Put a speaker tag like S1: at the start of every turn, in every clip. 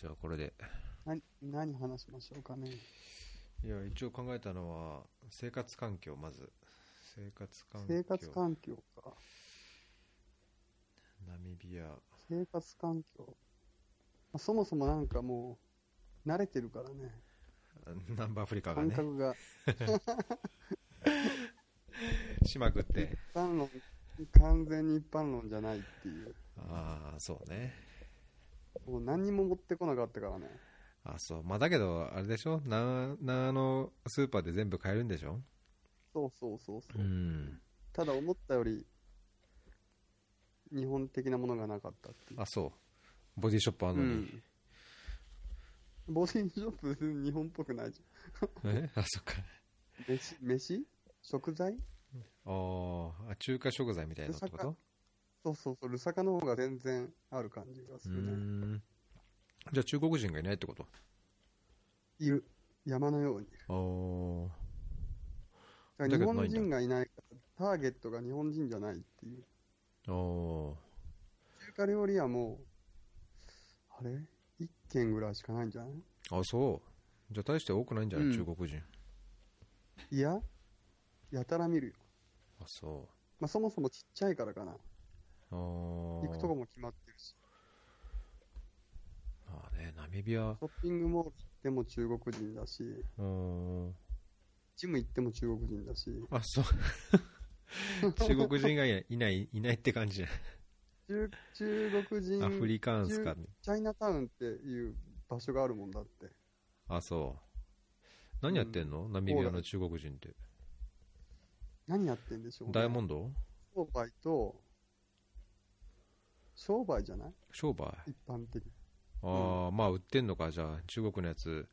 S1: じゃあこれで。
S2: な何話しましょうかね。
S1: いや、一応考えたのは、生活環境、まず。生活環境。
S2: 生活環境か。
S1: ナミビア。
S2: 生活環境。まあそもそもなんかもう、慣れてるからね。
S1: 南部アフリカが
S2: 感
S1: ね、
S2: 覚が。
S1: しまくって。
S2: 一般論、完全に一般論じゃないっていう。
S1: ああ、そうね。
S2: もう何にも持ってこなかったからね。
S1: あそう。まあだけど、あれでしょな、なあの、スーパーで全部買えるんでしょ
S2: そうそうそうそう。
S1: ん。
S2: ただ思ったより、日本的なものがなかったっていう。
S1: あ、そう。ボディショップあんのに。
S2: うん、ボディショップ別に日本っぽくないじ
S1: えあ、そっか。
S2: ゃん飯飯食材
S1: あーあ、中華食材みたいなってこと
S2: そうそうそうルサカの方が全然ある感じがす
S1: うー
S2: るね
S1: ん。じゃあ中国人がいないってこと
S2: いる山のように
S1: ああ。
S2: だ
S1: だけどないん
S2: から日
S1: だ
S2: 本人がいないからターゲットが日本人じゃないっていう
S1: あー
S2: 中華料理はもうあれ1軒ぐらいしかないんじゃない
S1: あそうじゃあ大して多くないんじゃない、
S2: うん
S1: 中国人
S2: いややたら見るよ、
S1: あそ
S2: まあ、そもそもちっちゃいからかな
S1: うあー
S2: 行くとこも決まってるし
S1: まあねナミビア
S2: ショッピングモール行っても中国人だし
S1: うん
S2: ジム行っても中国人だし
S1: あそう 中国人がいないいないって感じじゃ
S2: 中中国人
S1: んアフリカンスか
S2: チャイナタウンっていう場所があるもんだって
S1: あそう何やってんの、ナミビアの中国人って
S2: 何やってんでしょう、ね、
S1: ダイヤモンド
S2: 商売と商売じゃない
S1: 商売
S2: 一般的に
S1: ああ、まあ売ってんのかじゃあ中国のやつ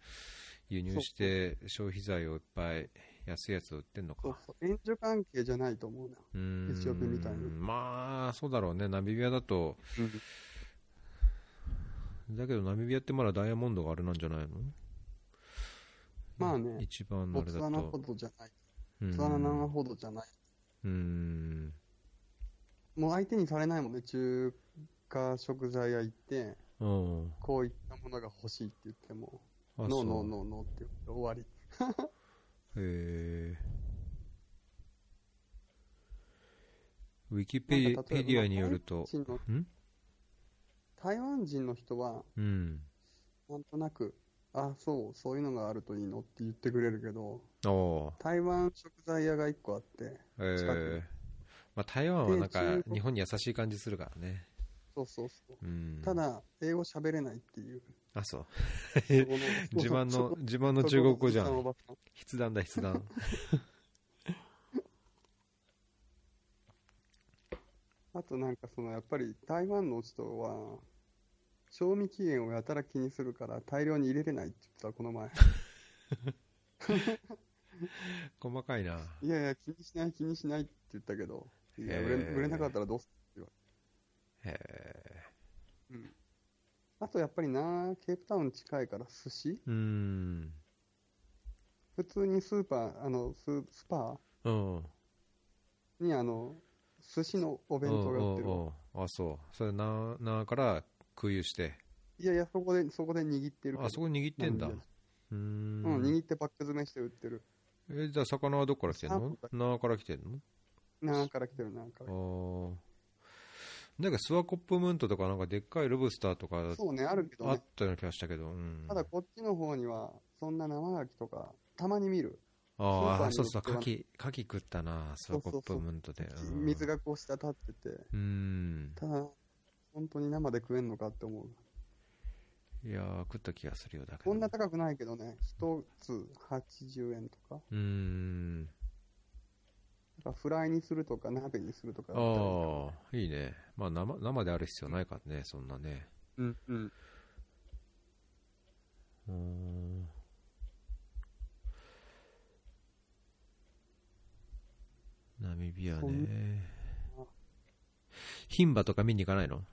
S1: 輸入して消費財をいっぱい安いやつを売ってんのか
S2: そうそう援助関係じゃないと思うな、
S1: うーん
S2: エチオピアみたいに
S1: まあそうだろうねナミビアだと
S2: うん、
S1: だけどナミビアってまだダイヤモンドがあれなんじゃないの
S2: まあね
S1: 一番の
S2: ボ
S1: あれ
S2: ツ
S1: だ
S2: ワナ
S1: と
S2: ほどじゃない
S1: う
S2: ボ
S1: ん
S2: ツワナほどじゃない
S1: うん
S2: もう相手にされないもんね中華食材屋行って
S1: うん
S2: こういったものが欲しいって言っても
S1: あ
S2: ノーノ
S1: そ
S2: ー
S1: う
S2: ノーノーって言って終わり
S1: へえウィキペデ
S2: なんか例えば
S1: ィアによると
S2: 台湾人の
S1: ん
S2: 台湾人の人は
S1: うん
S2: なんとなくあそうそういうのがあるといいのって言ってくれるけど
S1: ああ
S2: 台湾食材屋が1個あって
S1: ええ
S2: く
S1: まあ台湾はなんか
S2: で中国
S1: 日本に優しい感じするからね
S2: そうそうそう
S1: うん
S2: ただ英語喋れないっていう
S1: あそう
S2: そこの
S1: 自慢
S2: そ
S1: の
S2: こ
S1: 自慢の中国語じゃ
S2: そこ
S1: ん
S2: のおばさん
S1: 筆談だ筆 談
S2: あとなんかそのやっぱり台湾の人は賞味期限をやたら気にするから大量に入れれないって言ってたこの前
S1: 細かいない
S2: やいや気にしない気にしないって言ったけどいや
S1: へ
S2: 売れ
S1: ー
S2: 売れなかったらどうす
S1: へえ
S2: あとやっぱりなケープタウン近いから寿司
S1: うん
S2: 普通にスーパーあのススパ
S1: うん
S2: ーにあの寿司のお弁当が売ってる
S1: おうおうおうあそうそれななから空輸して
S2: いやいやそこでそこで握ってるけど
S1: あそこ握ってんだ
S2: う
S1: うんー
S2: うん、
S1: ん
S2: 握ってパック詰めして売ってる。
S1: えじゃあ魚はどこから来てんのなから来てん
S2: なんから来てる、なんから。
S1: のああなんかスワコップムントとかなんかでっかいロブスターとか
S2: そうね、あるけど
S1: あ
S2: ね
S1: っ。たような気がしたけど、うん、
S2: ただこっちの方には、そんな生牡蠣とか、たまに見る。スー
S1: あ
S2: パー
S1: あ
S2: に
S1: そうそう
S2: 売って
S1: 牡
S2: は
S1: 蠣牡蠣食ったなスワコップムントでうん
S2: 水がこう滴ってて。
S1: うん
S2: ただ、本当に生で食えんのかって思う。
S1: いやー食った気がするよだけど
S2: こんな高くないけどね、一つ80円とか。
S1: うーん
S2: だからフライにするとか、鍋にするとかだったらいいかも。
S1: ああいいねまあ生生である必要ないからねそんなね
S2: うんうん。
S1: うーんナミビア
S2: そ
S1: ね牝馬とか見に行かない の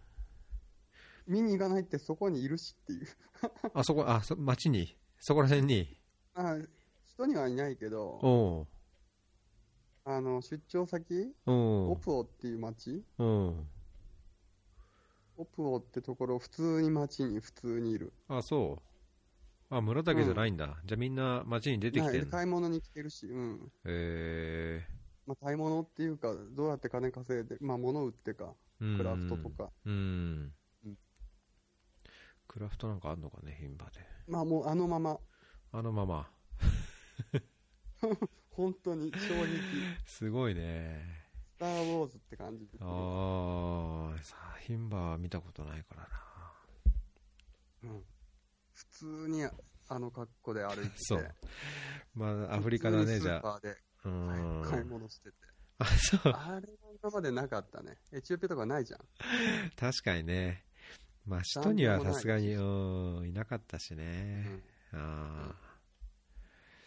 S2: 見に行かないってそこにいるしっていう。
S1: あそこあそ町にそこら辺に
S2: あ人にはいないけど、
S1: お
S2: あの、出張先、
S1: うお
S2: オプオっていう町
S1: ううん
S2: オプオってところ、普通に街に普通にいる。
S1: あ、そう。あ、村だけじゃないんだ。じゃあみんな街に出てきて
S2: はい
S1: る
S2: で
S1: の。
S2: 買い物に来てるし、うん。
S1: え
S2: まあ、買い物っていうか、どうやって金稼いで、まあ、物売ってか、
S1: ーうん
S2: クラフトとか。
S1: うん
S2: うん。
S1: クラフトなんかあんのかね、品場で。
S2: まあ、もうあのまま、
S1: あのまま。
S2: 本当に正 直、
S1: すごいね。
S2: スター・ウォーズって感じですね
S1: ああ、さ品場は見たことないからな。
S2: うん普通にあの格好で歩いてて、
S1: そうまあ、アフリカだね、
S2: 普通
S1: じ
S2: にス
S1: ゃ
S2: ー
S1: あ。
S2: パーで
S1: う
S2: はい
S1: ん。
S2: 買い物してて、
S1: あ、そう。
S2: あれは今までなかったね、エチオピアとかないじゃん、
S1: 確かにね。まあ、
S2: なん
S1: 首都には
S2: でもな
S1: さ
S2: い
S1: すがに、うん、いなかったし
S2: う
S1: ね
S2: ん。
S1: あ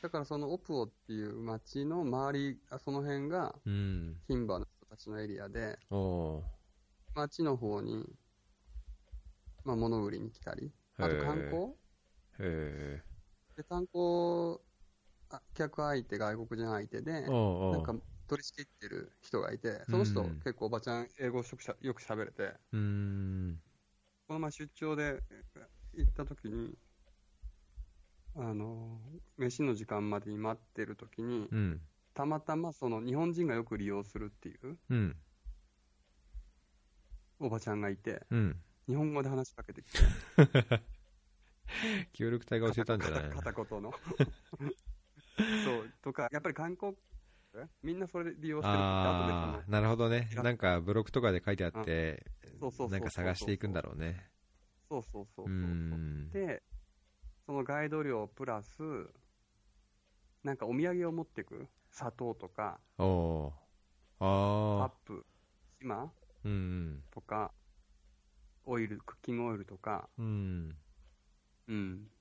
S2: だからそのオプオっていう町の周り、あその辺が
S1: あ。うん。
S2: 牝馬の人たちのエリアで、
S1: おお
S2: 町の方に、まあ、物売りに来たり、
S1: ー。
S2: あと観
S1: へ
S2: 光
S1: え。
S2: で観光あ客相手、外国人相手で、
S1: おうおう
S2: なんか取り仕切ってる人がいて、その人、
S1: うん
S2: 結構おばちゃん、英語しょくしゃよく喋れて。
S1: うーん。
S2: この前出張でえ行った時に、あの、飯の時間までに待ってる時に、
S1: うん。
S2: たまたまその日本人がよく利用するっていう
S1: うん。
S2: おばちゃんがいて、
S1: うん。
S2: 日本語で話しかけてきて、
S1: 協力隊が教えたんじゃない
S2: 片片言 の。そう、とか、やっぱり観光、えみんなそれで利用してるって後で
S1: ああ、なるほどね。なんかブログとかで書いてあって、
S2: そのそうそうそうそう。
S1: なんか探していくんだ
S2: ろ
S1: ろうね。
S2: う。そうそうそ
S1: う
S2: うそう。
S1: ん。
S2: で、そのガイド料プラス、なんかお土産を持ってく、砂糖とか、
S1: おおー。
S2: アッ
S1: ああ。
S2: プ、島
S1: うん。
S2: とか、オイル、クッキングオイルとか、
S1: うん。
S2: うん。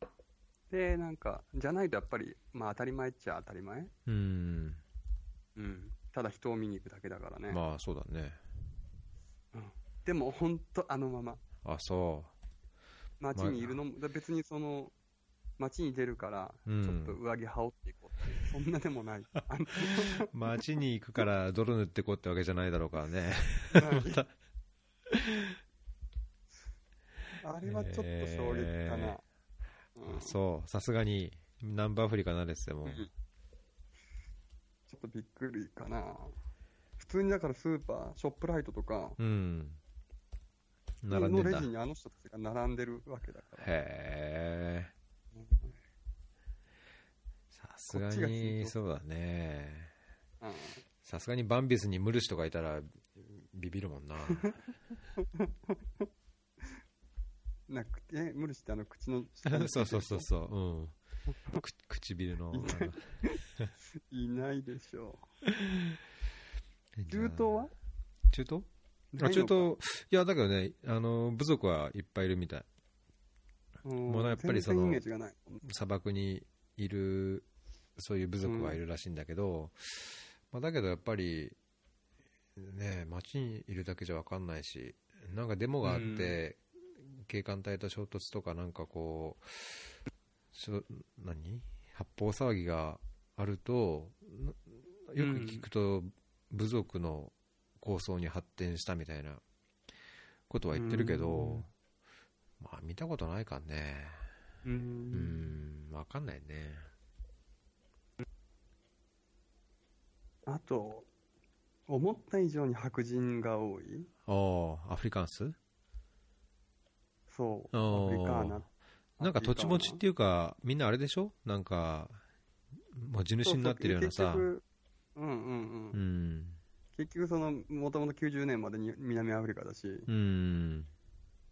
S2: で、なんか、じゃないとやっぱり、まあ当たり前っちゃ当たり前。
S1: うん。
S2: うん。ただ人を見に行くだけだからね。
S1: まあ、そうだね。
S2: でも、ほんとあのまま。
S1: あ、そ
S2: 街にいるのも、だ別にその、街に出るから、ち
S1: う
S2: ょ
S1: ん
S2: っと上着羽織っていこうって、そんなで もない。あの
S1: う。街に行くから泥塗ってこうってわけじゃないだろうからね。
S2: あれはちょっと衝撃かな。
S1: え
S2: うんちょ
S1: そう。さすがに、南部アフリカなですよ、もう。
S2: っとびっくりかな。普通にだからスーパー、ショップライトとか、
S1: うん。並ん
S2: の
S1: でん
S2: レ
S1: だ
S2: ジ。にあの人たちが並んでるわけだから。
S1: へえ。
S2: うん
S1: さすがに、そうだね。
S2: うん
S1: さすがにバンビスにムルシとかいたらビビる もんな
S2: なんかえ無理してあの口の下 に
S1: そうそうそうそううんく 唇の
S2: いない いないでしょ
S1: あの
S2: う。中東は
S1: 中東
S2: な
S1: あ
S2: い
S1: 中
S2: のか
S1: 東いやだけどねあの部族はいっぱいいるみたい
S2: うん
S1: もうやっぱりその
S2: 全然イメージがない。
S1: 砂漠にいるそういう部族はいるらしいんだけど、まあ、だけどやっぱりね街にいるだけじゃ分かんないしなんかデモがあって、警官隊と衝突とかなんかこうしょ何発砲騒ぎがあるとなよく聞くと部族の抗争に発展したみたいなことは言ってるけど、まあ見たことないからね。
S2: う。
S1: うんん、わかんないね。
S2: あと、思った以上に白人が多い。
S1: ああ、アフリカンス
S2: そう。
S1: あー
S2: アフリカーナ。
S1: なんか土地持ちって
S2: い
S1: いうか、みんなあれでしょなんか、もう地主になってるようなさ。
S2: 結局うんうんう。
S1: うんん。
S2: 結局その、もともと90年までに南アフリカだし、
S1: うん。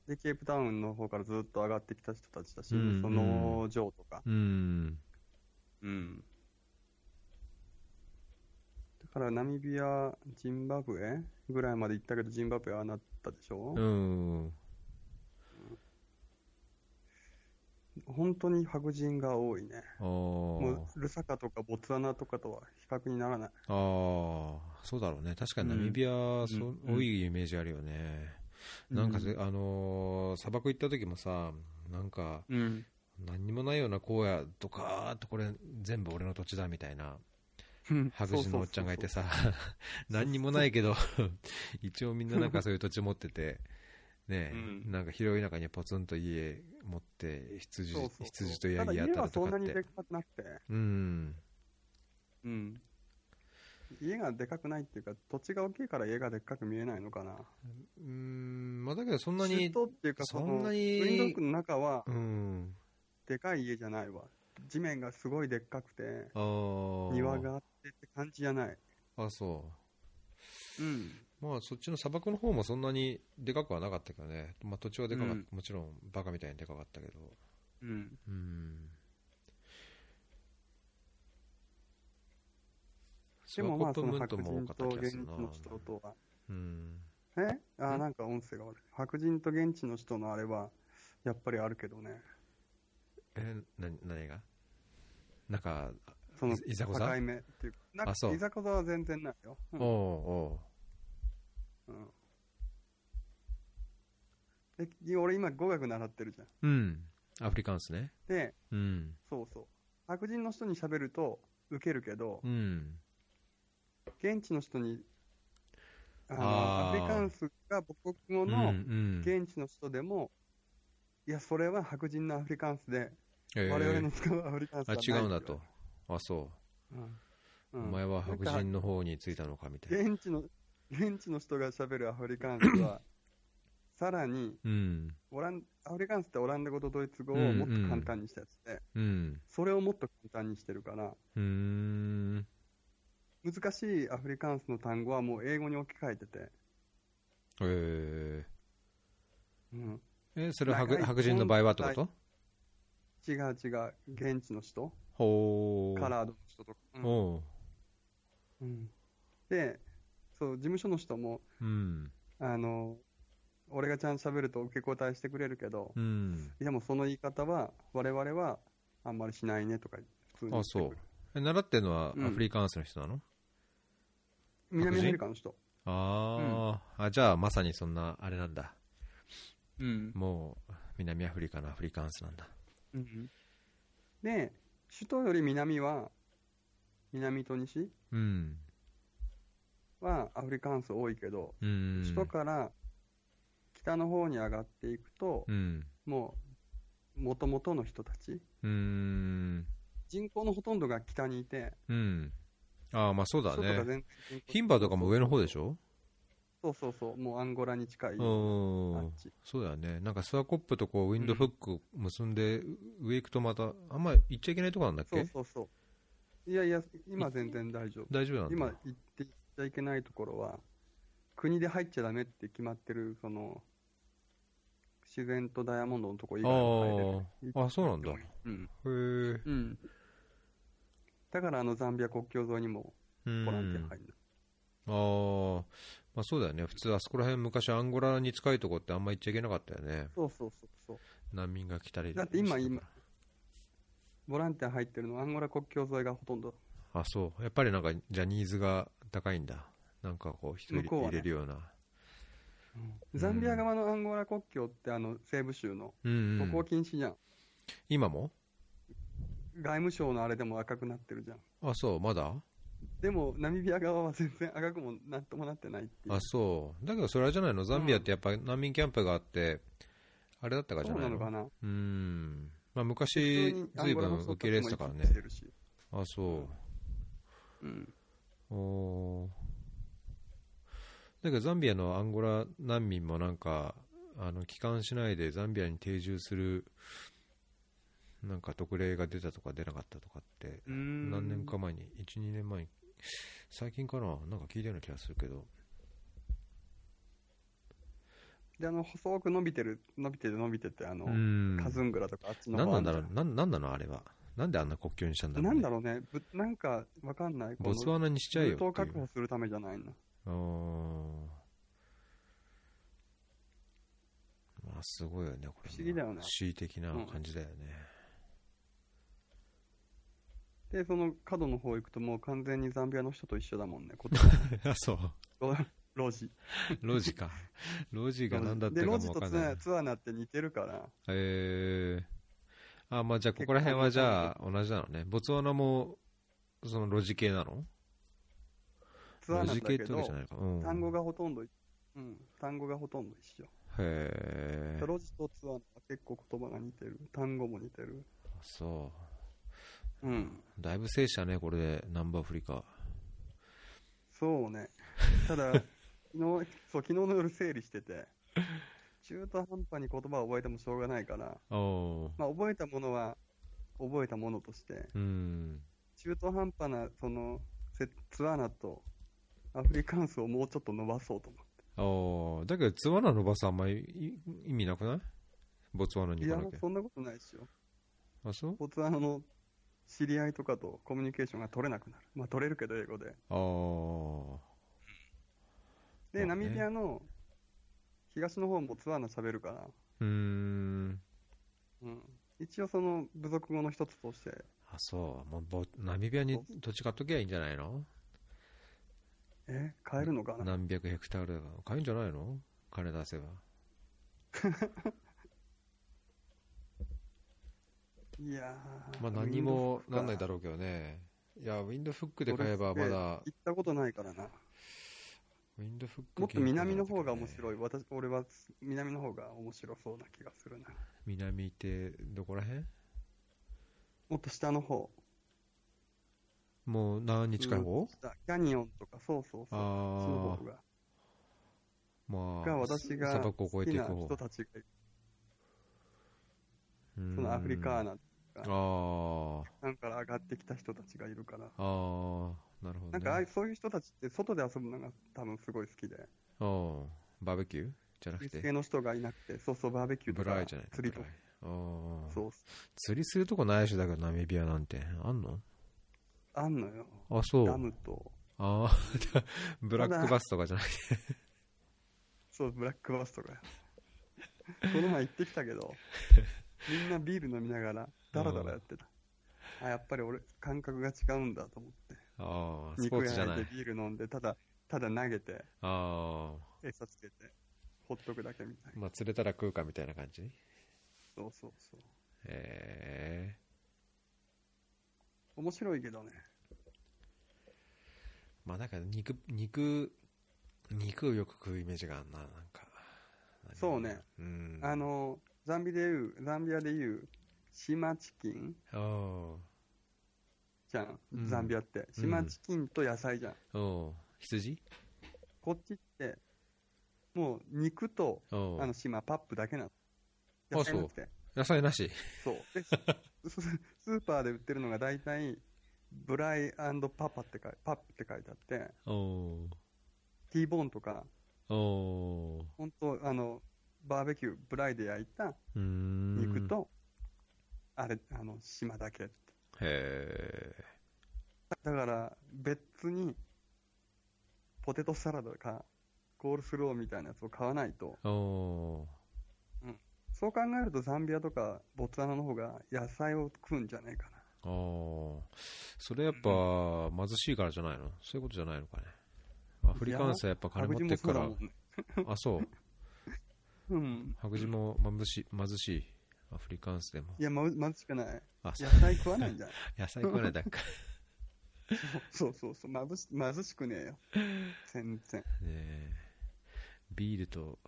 S2: で、ケープタウンの方からずっと上がってきた人たちだし、
S1: うん
S2: その城とか。
S1: うん。
S2: うん。だからナミビア、ジンバブエぐらいまで行ったけど、ジンバブエはなったでしょ、
S1: うん。
S2: 本当に白人が多いね。も
S1: あ
S2: うルサカとかボツワナとかとは比較にならない。
S1: あ。ああ、そうだろうね。確かにナミビア、そう
S2: うん
S1: 多いイメージあるよね。なんか
S2: う
S1: ぜ、あのー砂漠行った時もさ、なんか、
S2: うん。
S1: 何にもないような荒野とか、とこれ全部俺の土地だみたいな。白人のおっちゃんがい てさ、何にもないけど、一応みんななんかそういう土地持ってて、ね、
S3: うん
S1: なんか広い中にポツンと家持って羊
S2: そうそうそう
S1: 羊とヤギや
S2: た
S1: った
S2: だ家
S1: ら
S2: は
S1: と
S2: そん
S1: か
S2: な
S1: っ
S2: に
S1: て
S2: でかくなくて、
S1: うん
S3: うん。
S2: 家がでかくないっていうか、土地が大きいから家がでっかく見えないのかな。
S1: うんまあだけどそんな
S2: 首
S1: に
S2: 都っていうかその、
S1: そんなに
S2: ウィンドックの中は
S1: うん
S2: でかい家じゃないわ。地面がすごいでっかくて、
S1: あー
S2: 庭があってって感じじゃない。
S1: あそ
S2: うん。
S1: うまあそっちの砂漠の方もそんなにでかくはなかったけどね、まあ、土地はでかかった、
S3: うん
S1: もちろんバカみたいにでかかったけど
S3: うん。
S1: うん
S2: でもまあその白
S1: スワコップム
S2: 人
S1: ント
S2: と
S1: も多かった気が
S2: 現地
S1: するな
S2: の人とは。
S1: うん
S2: えあー、
S3: ん
S2: なんか音声が悪い。白人と現地の人のあれは、やっぱりあるけどね。
S1: えな何がなんか
S2: その、
S1: いいざこ
S2: 境
S1: ざ
S2: 目っていうか。なん
S1: あそ
S2: か、
S1: う
S2: いざこざは全然ないよ。うん
S1: おうお
S2: うんで俺今語学習ってるじゃん
S1: ううんアフリカンスね
S2: で
S1: うん
S2: そうそう白人の人に喋るとウケるけど
S1: うん
S2: 現地の人にあの
S1: あー
S2: アフリカンスが母国語
S1: うんう
S2: の
S1: ん
S2: 現地の人でも、いやそれは白人のアフリカンスで、
S1: えー
S2: 我々の使うアフリカンス
S1: あ
S2: はない
S1: 違うんだと、あそ
S2: うん
S1: う、
S2: うん
S1: お前は白
S2: なんか
S1: 人の方についたのかみたいな
S2: 現地の現地の人が喋るアフリカンス はさらに
S1: うん
S2: オランアフリカンスってオランダ語とドイツ語をもっと簡単にしたやつで、
S1: うん
S2: それをもっと簡単にしてるから、
S1: うーん
S2: 難しいアフリカンスの単語はもう英語に置き換えてて、
S1: えー、
S2: うん、
S1: えそれは白
S2: 長い
S1: 白人の場合はってこと
S2: 違う違う、現地の人、
S1: ほう
S2: カラードの人とか、うん
S1: おう
S2: うんでそう、事務所の人も、
S1: うん
S2: あの俺がちゃんと喋ると受け答えしてくれるけど、
S1: うん
S2: いやもうその言い方は、我々はあんまりしないねとか、普通に言
S1: あ
S2: ってく
S1: そう
S2: る
S1: え習ってるのは
S2: うん
S1: アフリカンスの人なの、
S2: 南
S1: 白
S2: ア
S1: 人
S2: フリカの人、
S1: あーあじゃあまさにそんなあれなんだ
S3: うん。
S1: もう南アフリカのアフリカンスなんだ
S2: うんで、首都より南は、南と西
S1: うん
S2: はアフリカンス多いけど、
S1: うん
S2: 首都から北の方に上がっていくと
S1: う、ん
S2: もう、もともとの人たち、
S1: うん
S2: 人口のほとんどが北にいて、
S1: うんああまあそうだ
S2: 首都が全
S1: ね
S2: 然人口
S1: 牝馬とかも上の方でしょ
S2: そうそうそう、もうアンゴラに近い、
S1: う
S2: あ
S1: ん
S2: っち。
S1: そうだよねなんかスワコップとこうウィンドフック結んで上行くとまたあんま行っちゃいけないとこなんだっ
S2: そ
S1: け
S2: うそうそう。いやいや、今全然大丈夫。
S1: 大丈夫なん
S2: 今
S1: だ
S2: 行っていっちゃいけないところは、国で入っちゃダメって決まってる、その、自然とダイヤモンドのとこ以外は入れる。
S1: あああそうなんだへ
S2: うん。
S1: え
S2: うん。だからあのザンビア国境沿いにもボランティア入る、
S1: あーまあそうだよね普通あそこら辺昔アンゴラに近いとこってあんま行っちゃいけなかったよね
S2: そうそうそうそう。
S1: 難民が来たり
S2: だって今
S1: して
S2: 今ボランティア入ってるのはアンゴラ国境沿いがほとんど。
S1: あそうやっぱりなんかジャニーズが高いんだなんかこう人入
S2: 向
S1: れ,、
S2: こうはね
S1: 入れるような
S2: ザンビア側のアンゴラ国境ってあの西部州の
S1: うん、う
S2: 渡
S1: ん
S2: 航禁止じゃん。
S1: 今も
S2: 外務省のあれでも赤くなってるじゃん。
S1: あそうまだ
S2: でもナミビア側は全然赤くもなんともなってないっていう。
S1: あそうだけどそれあれじゃないのザンビアってやっぱ難民キャンプがあってあれだったからじ
S2: そ
S1: ゃ
S2: う
S1: ない
S2: な
S1: の
S2: のかな。
S1: うんまあ
S2: 普
S1: 昔
S2: 通にアン
S1: 随
S2: ゴラの
S1: 分
S2: 人
S1: 受け入れてたからね
S2: たちも行き来してるし
S1: あそう
S2: うん。
S1: おーだけどザンビアのアンゴラ難民もなんかあの帰還しないでザンビアに定住するなんか特例が出たとか出なかったとかって
S2: うーん
S1: 何年か前に12年前に最近かななんか聞いたような気がするけど
S2: で、あの、細く伸びてる、伸びてて伸びてて、あの、
S1: うん
S2: カズングラとかあっちの
S1: 何
S2: 方
S1: な
S2: あ
S1: ん
S2: るじ
S1: だ
S2: ゃ
S1: ろうなんなんなのあれはなんであんな国境にしたんだろう,、
S2: なんだろうね、ぶなんかわかんない、この
S1: ボツワナにしちゃえよ
S2: ルートを
S1: ってい
S2: 確
S1: う
S2: 保するためじゃないの。
S1: あーまあすごいよねこれ
S2: 不思議だよね
S1: 恣意的な感じだよね、
S2: で、その角の方行くと、もう完全にザンビアの人と一緒だもんね、こっちは
S1: あそう
S2: 路地。
S1: 路地か。路地が何だった
S2: で、
S1: かも
S2: 路
S1: わ
S2: 地と
S1: かん
S2: ツ
S1: な
S2: ア
S1: い
S2: ー。ツアーナって似てるから、
S1: えー、あ、まあじゃあここら辺はじゃあ同じなのね。ボツワナも、その路地系なの
S2: ツアー
S1: 路
S2: ナ
S1: 地系
S2: だ
S1: っ
S2: け
S1: てわけじゃな、
S2: ど
S1: いのか。うん、
S2: 単語がほとんど、うん、単語がほとんど一緒。
S1: へえ
S2: タロジとツアーは結構言葉が似てる。単語も似てる。
S1: そ
S3: うん。
S1: うだいぶ制したねこれでナンバーフリカ
S2: そうね。た だ、昨日、そう、昨日の夜整理してて、中途半端に言葉を覚えてもしょうがないから、
S1: おお
S2: まあ、覚えたものは、覚えたものとして、
S1: うん
S2: 中途半端な、その、セツアーナと、アフリカンスをもうちょっと伸ばそうと思
S1: お
S2: って。
S1: だけどツワナのバスあんまりい意味なくないボツワナに
S2: い
S1: 行
S2: や
S1: かなきゃ、
S2: そんなことないですよ。
S1: あそう
S2: ボツワナの知り合いとかとコミュニケーションが取れなくなる。まあ、取れるけど、英語で。
S1: あ
S2: で、
S1: ま
S2: ナ
S1: あね
S2: ミビアの東の方もツアーナ喋るから、
S1: あうーん
S2: うん、一応その部族語の一つとして、
S1: あそうもうボナミビアに土地買っときゃいいんじゃないの
S2: え、変えるのかな
S1: 何百ヘクタールだから買えんじゃないの金出せば
S2: いやー
S1: まあ何もなんないだろうけどねいやウィンドフックで買えばまだ
S2: 行ったことないからな。
S1: ウィンドフック
S2: もっと南の方が面
S1: い
S2: 白い。私、俺は南の方が面白そうな気がするな。
S1: 南ってどこら辺
S2: もっと下の方。
S1: もう何日か
S2: うん
S1: 後
S2: 下キャニオンとか、そうそうそう。その
S1: あ
S2: 方が。
S1: あまあ
S2: が私が
S1: 砂漠
S2: 好
S1: を越
S2: き
S1: えてい
S2: な
S1: く方
S2: 人たちがいる、
S1: そ
S2: そのアフリカーナ
S1: あ
S2: なんから上がってきた人たちがいるから。
S1: あああなるほど、ね、
S2: なんかああいうそういう人たちって外で遊ぶのが多分すごい好きで、
S1: うんバーベキューじゃなく
S2: 水系
S1: て
S2: の人がいなくて、そうそう、バーベキュー
S1: ブ
S2: と
S1: ラ
S2: か
S1: イじゃない
S2: 釣りと
S1: ブ
S2: か
S1: ライ、ああ
S2: そう、
S1: 釣りするとこないでしょだけどナミビアなんてあんの
S2: あんのよ、
S1: あそう
S2: ダムと、
S1: ああ ブラックバスとかじゃない
S2: そう、ブラックバス とか、この前行ってきたけど、みんなビール飲みながら、ダラダラやってた。あ、やっぱり俺、感覚が違うんだと思って、
S1: ああスポ
S2: 肉
S1: ーツじゃ
S2: 焼
S1: ないい
S2: てビール飲んで、ただ、ただ投げて、
S1: あ
S2: 餌つけて、ほっとくだけみたい
S1: あ
S2: な。
S1: まあ釣れたら食うかみたいな感じ
S2: そうそうそう。
S1: ええ
S2: 面白いけどね。
S1: まあなんか肉肉肉をよく食うイメージがあんななんか
S2: そうね
S1: うん
S2: あの、ザンビでいう、ザンビアでいう、島チキン
S1: お
S2: じゃん
S1: う、ん
S2: ザンビアって。島チキンと野菜じゃん。
S1: うおう羊
S2: こっちって、もう肉と、
S1: おう
S2: あの島、パップだけなの。
S1: あ
S2: 野菜なくて。
S1: 野菜なし
S2: そう。で、 スススーパーで売ってるのが大体、ブライパパって書いパップって書いてあって、
S1: おう
S2: ティーボーンとか、
S1: おう
S2: 本当あの、バーベキュー、ブライで焼いた
S1: うーん
S2: 肉と、あれ、あの、島だけ。
S1: へ
S2: だから別にポテトサラダかコールスローみたいなやつを買わないと
S1: えおう
S2: そう考えるとザンビアとかボツワナの方が野菜を食うんじゃないかな
S1: おうそれやっぱ貧しいからじゃないのそういうことじゃないのかねアフリカンスはやっぱ金持ってくか
S2: 白
S1: ら
S2: 人もそうだもんね
S1: あそう
S2: うん
S1: 白人も貧しい貧しいアフリカンスでも
S2: いやま貧しくない
S1: あ
S2: 野菜食わないんじゃない
S1: 野菜食わないだっ か
S2: そうそうそう貧し貧しくねえよ全然
S1: ねえビールと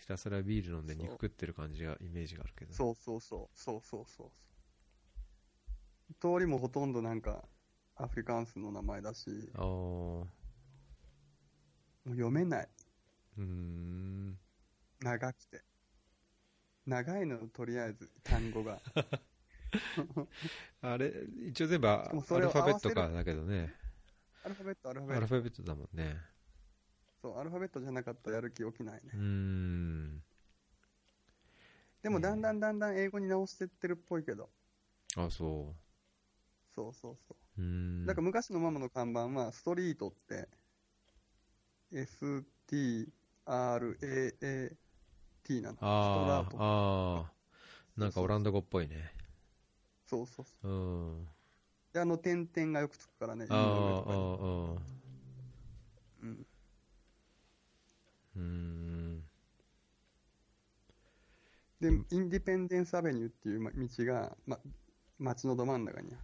S1: ひたすらビール飲んで
S2: そう
S1: 肉食ってる感じがイメージがあるけど
S2: そうそうそうそうそうそうそう通りもほとんどなんかアフリカンスの名前だし
S1: あーう
S2: もう読めない
S1: ーん
S2: 長くて。長いの、とりあえず、単語 が。
S1: あれ一応全部ア
S2: しか
S1: ル
S2: も
S1: フ
S2: それを
S1: ァベット
S2: 合わ
S1: か
S2: せ
S1: だけどね
S2: アルファベット、アルファベ
S1: ア
S2: ッ
S1: ル
S2: ト。
S1: ファベットだもんね
S2: そう、アルファベットじゃなかったらやる気起きないうね。
S1: ーん
S2: でも、だんだんだんだん英語に直してってるっぽいけど。
S1: あそ
S2: そうそ
S1: う
S2: うそう
S1: うー
S2: う。
S1: ん
S2: なんか昔のママの看板は、ストリートって、S-T-R-A-A-T なの。ストラ
S1: あ
S2: ー
S1: ー
S2: ト。
S1: あーなんかオランダ語っぽいね
S2: そうそうそう。
S1: うん
S2: で、あの、点々がよくつくからね。
S1: あー
S2: 家の上
S1: あ
S2: とかに
S1: ーあー
S2: うん。
S1: うーん
S2: で、インディペンデンスアベニューっていうま道が、ま、街のど真ん中には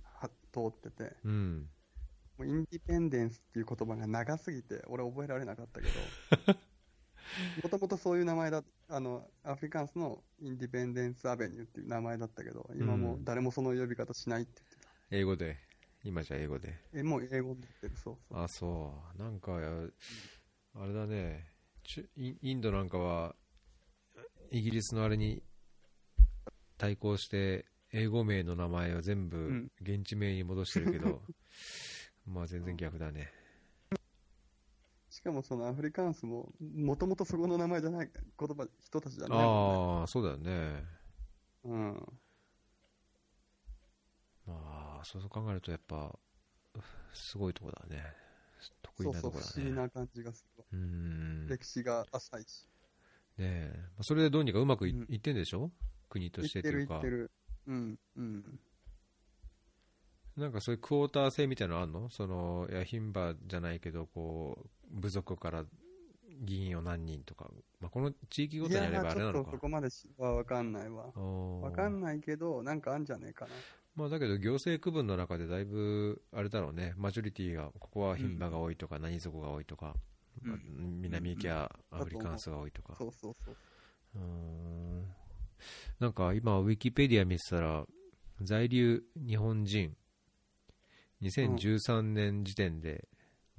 S2: 通ってて、
S1: うん
S2: もうインディペンデンスっていう言葉が長すぎて、俺覚えられなかったけど、もともとそういう名前だ、あの、アフリカンスのインディペンデンスアベニューっていう名前だったけど、今もう誰もその呼び方しないって言ってた。
S1: 英語で。今じゃ英語で。
S2: え、もう英語で言ってる、そうそう。
S1: あ、そう。なんか、あれだね。ちゅインインドなんかは、イギリスのあれに対抗して、英語名の名前を全部
S2: ん
S1: 現地名に戻してるけ ど、まあ全然逆だね。
S2: しかもそのアフリカンスも、もともとそこの名前じゃない言葉、人たちじゃないもんね。
S1: ああ、そうだよね。
S2: うん。
S1: まあ、そう考えるとやっぱ、すごいとこだね。得
S2: そ
S1: 意
S2: う
S1: な
S2: そ
S1: と
S2: う、
S1: こ
S2: 不思
S1: だね。
S2: 議な感じがする。
S1: うん。ね
S2: 歴史が浅いし。
S1: え。まあそれでどうにかうまくい,、
S2: うん
S1: いってんでしょ国と
S2: いっ
S1: してと
S2: て
S1: い
S2: る
S1: う
S2: いっ
S1: か
S2: て。る。うん、うん。
S1: なんかそういうクォーター制みたいなのあんのその、いや、牝馬じゃないけど、こう、部族から議員を何人とか。まあ、この地域ごとにやればあれ
S2: ちょ
S1: な
S2: っと
S1: の
S2: そ
S1: か。
S2: こまでしはわかんないわ。わ
S1: わ
S2: かんないけど、なんかあんじゃねえかな。
S1: まあ、だけど行政区分の中でだいぶあれだろうね、マジョリティが、ここは牝馬が多いとか、何族が多いとか、
S2: うん
S1: まあ南行きゃアフリカンスが多いとか、
S2: そうそうそう。
S1: うーんなんか今、ウィキペディア見てたら、在留日本人、2013年時点で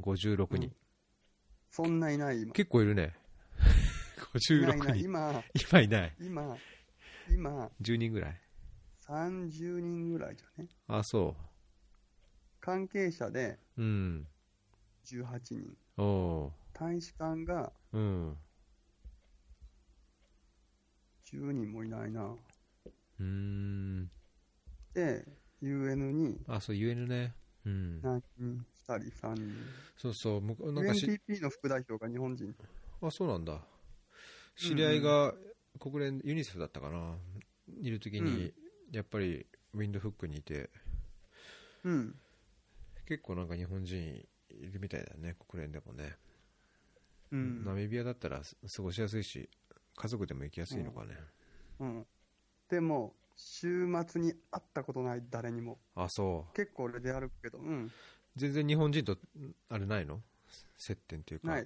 S1: 56人、
S2: そんないない、今。
S1: 結構いるね、
S2: いな
S1: 56
S2: いいない、
S1: 人、
S2: 今、
S1: 今いない、
S2: 今、今、
S1: 10人ぐらい、
S2: 30人ぐらいじゃね。
S1: あ、そ
S2: 関係者で
S1: う、うん、
S2: 18人。
S1: お
S2: 大使館が
S1: う、うん、
S2: 10人もいないな。
S1: うーん、
S2: で、UN に
S1: あ、そう、UN ね、うん。
S2: 何人、2人、3人。
S1: そうそう、向こうなんかし、
S2: UNDP の副代表が日本人。
S1: あ、そうなんだ。知り合いが国連、ユニセフだったかな、いるときに、やっぱりウィンドフックにいて、
S2: うん。
S1: 結構なんか日本人いるみたいだね、国連でもね。
S2: うん。
S1: ナミビアだったらす過ごしやすいし、家族でも行きやすいのかね。
S2: うん、でも、週末に会ったことない誰にも。
S1: あ、そう。
S2: 結構俺で歩くけど、うん。
S1: 全然日本人と、あれないの接点というか。
S2: ない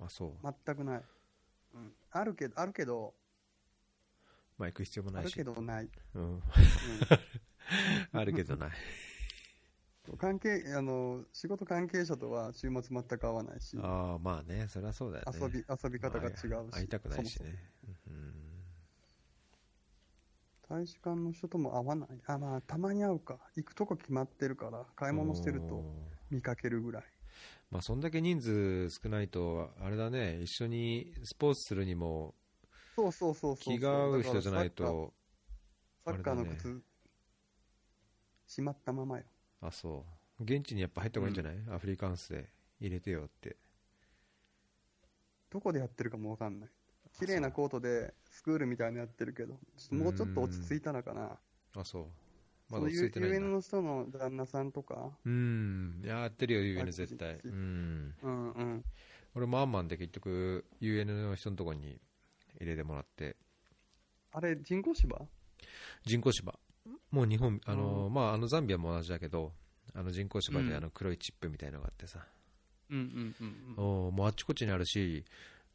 S1: あ、そう。
S2: 全くない。うん。あるけど、あるけど、
S1: まあ行く必要も
S2: あ
S1: ない
S2: る
S1: し。
S2: けどない。
S1: うん。
S2: う
S1: あるけ どない。
S2: ん、関係、あの、仕事関係者とは週末全く会わないし、
S1: ああ、まあね、それはそうだよね。
S2: 遊び、遊び方が違うし。
S1: まあ会いたくないし
S2: そも
S1: ね。うん
S2: そも大使館の人とも会わない。あ、まあ、たまに会うか。行くとこ決まってるから、買い物してる
S1: おー
S2: と見かけるぐらい。
S1: まあそんだけ人数少ないとあれだね一緒にスポーツするにも
S2: そうそうそうそう。
S1: 気が合う人じゃない
S2: だから
S1: と
S2: サッカー。サッカーの
S1: あれだ
S2: 靴、しまったままよ。
S1: あそう現地にやっぱ入った方がいいんじゃない、アフリカンスで入れてよって
S2: どこでやってるかもわかんない。綺麗なコートで、スクールみたいなのやってるけど、ちょっともうちょっと落ち着いたのかな。
S1: あそうまだ
S2: そう
S1: 落
S2: い
S1: ち着
S2: う
S1: いてないん
S2: UN
S1: だ
S2: の人の旦那さんとか、
S1: うんいややってるよ UN 絶対
S2: あ
S1: う
S2: うんうんうん。
S1: 俺もアンマンで結局 UN の人のとこに入れてもらって
S2: あれ、人工芝
S1: 人工芝もう日本あの、まああのザンビアも同じだけどあの人工芝
S2: うん
S1: であの黒いチップみたいのがあってさ、
S2: うんうんうんうん。
S1: おーもうあっちこっちにあるし、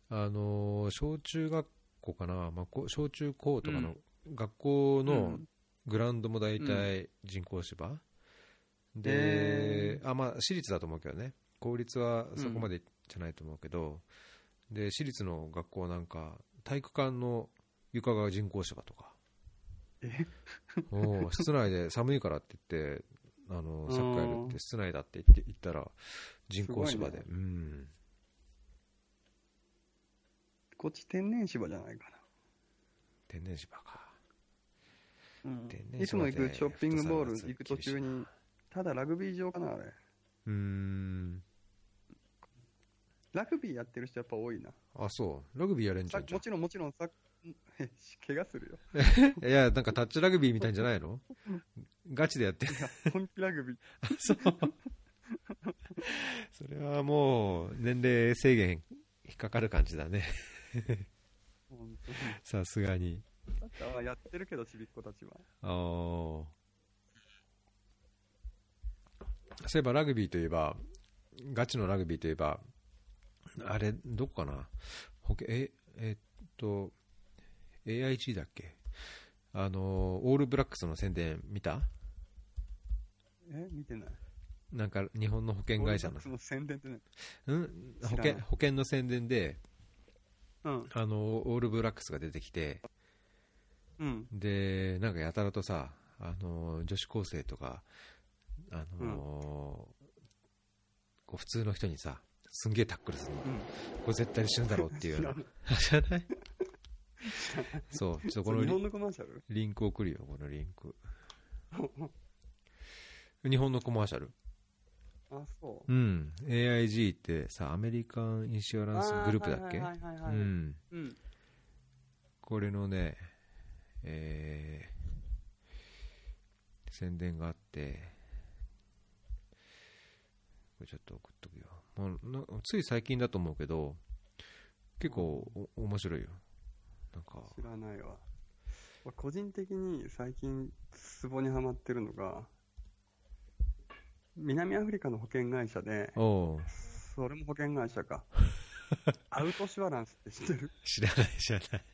S1: あのー小中学校かな、まあ、こう小中高とかの学校
S2: う
S1: の
S2: ん
S1: グラウンドも大体人工芝、で
S2: へ、
S1: あまあ、私立だと思うけどね、公立はそこまでじゃないと思うけど、で私立の学校なんか、体育館の床が人工芝とか、
S2: え
S1: おー室内で寒いからって言って、あのサッカーやるっ
S2: う
S1: て、
S2: ん
S1: 室内だって言って行ったら、人工
S2: すご
S1: 芝
S2: いね
S1: で。うん
S2: こっち天然芝じゃないか
S1: 天然芝か
S2: な。うん
S1: 天然
S2: いつも行
S1: 芝
S2: く
S1: で
S2: ショッピングモー
S1: フッ
S2: ル
S1: トサルは
S2: 行く途中
S1: 厳
S2: に、ただラグビー場かな、あれ。
S1: うーん
S2: ラグビーやってる人やっぱ多いな。
S1: あそうラグビーやれんじ
S2: さ
S1: ゃんじゃ
S2: もちろんもちろん さ、え怪我するよ。
S1: んいやなんかタッチラグビーみたいんじゃないのガチでやってる
S2: いや本気ラグビー。
S1: そうそれはもう年齢制限引っかかる感じだね
S2: 本当に
S1: さすがに
S2: サッカーはやってるけど、ちびっ子たちは。
S1: あーそういえばラグビーといえばガチのラグビーといえばあれどこかな保険ええっと AIG だっけあのオールブラックスの宣伝見た
S2: え見てない
S1: なんか日本の保険会社の
S2: その宣伝ってね
S1: うん保
S2: 知らん
S1: 険保険の宣伝で
S2: うん
S1: あのオールブラックスが出てきて
S2: うん
S1: でなんかやたらとさあの女子高生とかあのこう普通の人にさすんげえタックルするの
S2: うん
S1: これ絶対に死ぬだろうっていうような知らないそうちょっとこ
S2: そ
S1: の
S2: れ日
S1: リ
S2: 本のコマーシャル
S1: リンク送るよこのリンク日本のコマーシャル
S2: あそう
S1: うん AIG ってさアメリカン・インシュアランスグループだっけ
S2: あはいはいはいは
S1: う
S2: いはい、
S1: ん
S2: うん
S1: これのね、えー宣伝があって、これちょっと送っとくよ。もうなつい最近だと思うけど、結構お面白いよ。なんか、
S2: 知らないわ俺個人的に最近ツボにはまってるのが南アフリカの保険会社で
S1: おう
S2: それも保険会 社かアウトシュアランスって知ってる
S1: 知らない知らない。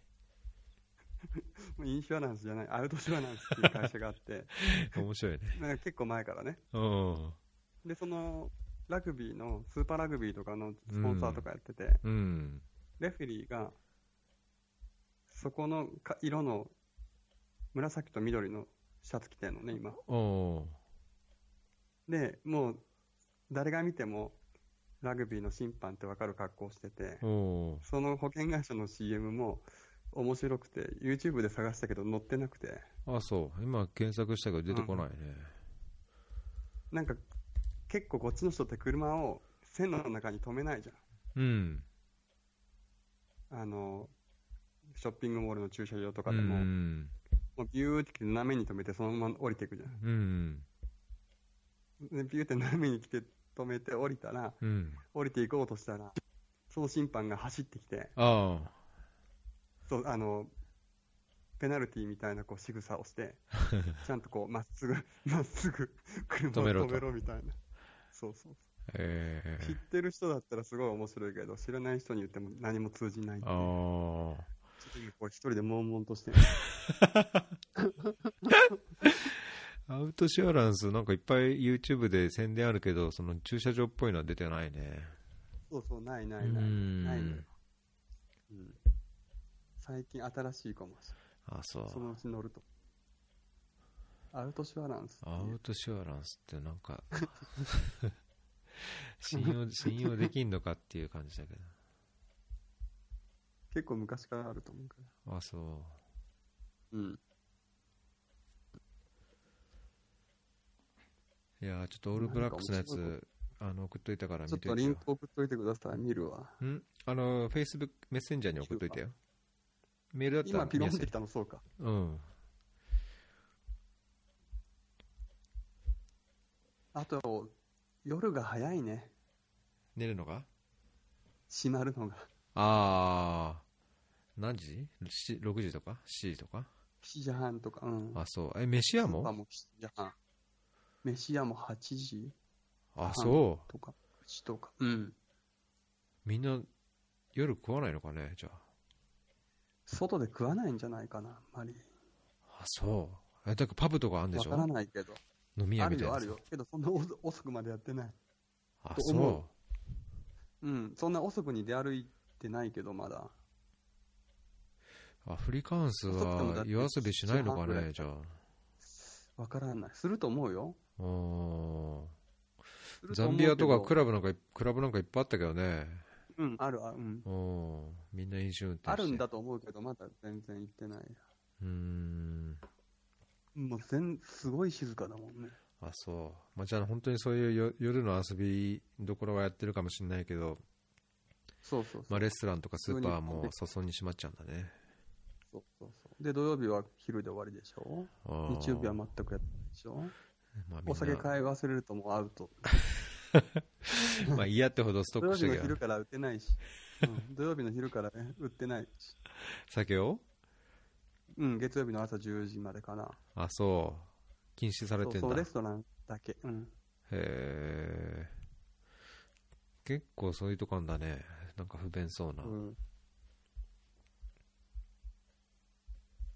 S2: もうインシュアランスじゃないアウトシュアランスっていう会社があって
S1: 面白いね。
S2: なんか結構前からね
S1: お
S2: でそのラグビーのスーパーラグビーとかのスポンサーとかやってて、
S1: ううん。
S2: レフェリーがそこのか色の紫と緑のシャツ着てんのね今
S1: おう
S2: でもう誰が見てもラグビーの審判って分かる格好してて
S1: おう
S2: その保険会社の CM も面白くて YouTube で探したけど載ってなくて
S1: あ、そう。今検索したけど出てこないね。
S2: なんか結構こっちの人って車を線路の中に止めないじ
S1: うん。
S2: ゃんあのショッピングモールの駐車場と
S1: う
S2: かでも,、
S1: ん。
S2: もうビューって来て斜めに止めてそのまま降りていくじゃん
S1: うん。
S2: でビューって斜めに来て止めて降りたら
S1: うん。
S2: 降りていこうとしたらその審判が走ってきて
S1: ああ。
S2: そうあのペナルティーみたいなこう仕草をして ちゃんとこうまっすぐまっすぐ車を
S1: 止めろと
S2: 止めろみたいなそうそう
S1: ええ
S2: 知ってる人だったらすごい面白いけど知らない人に言っても何も通じないっていう
S1: ああ。
S2: ちょっと今こう一人で悶々としてる
S1: アウトシュアランス、なんかいっぱい YouTube で宣伝あるけど、その駐車場っぽいのは出てないね。
S2: そうそうないな
S1: う
S2: いないないのよ
S1: ん。
S2: うん最近新しいかもし
S1: あ、そ。
S2: れないそうのうち乗るとアウトシュアランスって
S1: ア
S2: いう
S1: ウトシュアランスってなん か信用、信用できんのかっていう感じだけ
S2: 結構昔からあると思うから
S1: ど。あ、そ
S2: うん
S1: う。いやーちょっとオールブラックスのや
S2: なんか面
S1: つ、あの、送っといたから見
S2: ちょ
S1: と
S2: っ
S1: いてよ
S2: とリンク送っといてください見るわ
S1: んあの、Facebook メッセンジャーに送っといてよ。メールだったら
S2: 今ピロンって
S1: 見や
S2: きたのそうか
S1: すいうん。
S2: あと、夜が早いね、
S1: 寝るのか
S2: 閉まるのが。
S1: ああ。何時 ?7 ?6 時とか ?7 時とか
S2: 7時半とか、うん。
S1: あ、そう。え、飯屋
S2: スーパー
S1: も
S2: も7時半。飯屋も8時
S1: あ、そ
S2: とか、9時とか。うん。
S1: う。みんな夜食わないのかねじゃ
S2: 外で食わないんじゃないかな、あまり。
S1: あ。あ、そう。え、だからパブとかあるんで
S2: わ
S1: し
S2: から
S1: ょ
S2: ないけど。
S1: 飲み
S2: あ
S1: 屋み
S2: る
S1: たい
S2: よ、
S1: な。
S2: あるよ。けど、そんな遅遅くまでやってない。
S1: あ、
S2: と思う
S1: そ
S2: うん。そんな遅くに出歩いてないけど、まだ。
S1: う。アフリカンス
S2: 遅くてもだ
S1: は
S2: って
S1: 夜遊びしないのか
S2: 7ぐら
S1: ね
S2: い
S1: じゃあ。
S2: わからない。すると思うよ。
S1: うーん。
S2: する
S1: ザ
S2: 思う
S1: ン
S2: け
S1: ビ
S2: ど
S1: アとかクラブなんかい、クラブなんかいっぱいあったけどね。
S2: うん、ある、ある。うん。
S1: うん。みんな飲酒運転して。
S2: あるんだ。と思うけど、まだ全然行ってない。
S1: うーん。
S2: もう全、すごい静かだもんね。
S1: あ、そう。まあ、じゃあ本当にそういうよ夜の遊びどころはやってるかもしれないけど、
S2: そうそうそう。
S1: まあ、レストランとかスーパーもそそに閉まっちゃうんだね。
S2: そうそうそう。で、土曜日は昼で終わりでしょ
S1: あー
S2: 日曜日は全くやってないでしょ
S1: まあみんな
S2: お酒買い忘れるともうアウト。
S1: まあ嫌ってほどスト
S2: 土
S1: ッ
S2: 曜
S1: クして
S2: 日の
S1: けど
S2: 昼から売ってないし。うん、土曜日の昼からね、売ってないし。
S1: 酒を
S2: うん、月曜日の朝10時までかな。
S1: あそう禁止され
S2: そう
S1: てん
S2: そう、
S1: だ
S2: レ
S1: へ
S2: ストランだけ。うん。
S1: え結構そういうとこあんだねなんか不便そうな、
S2: うん、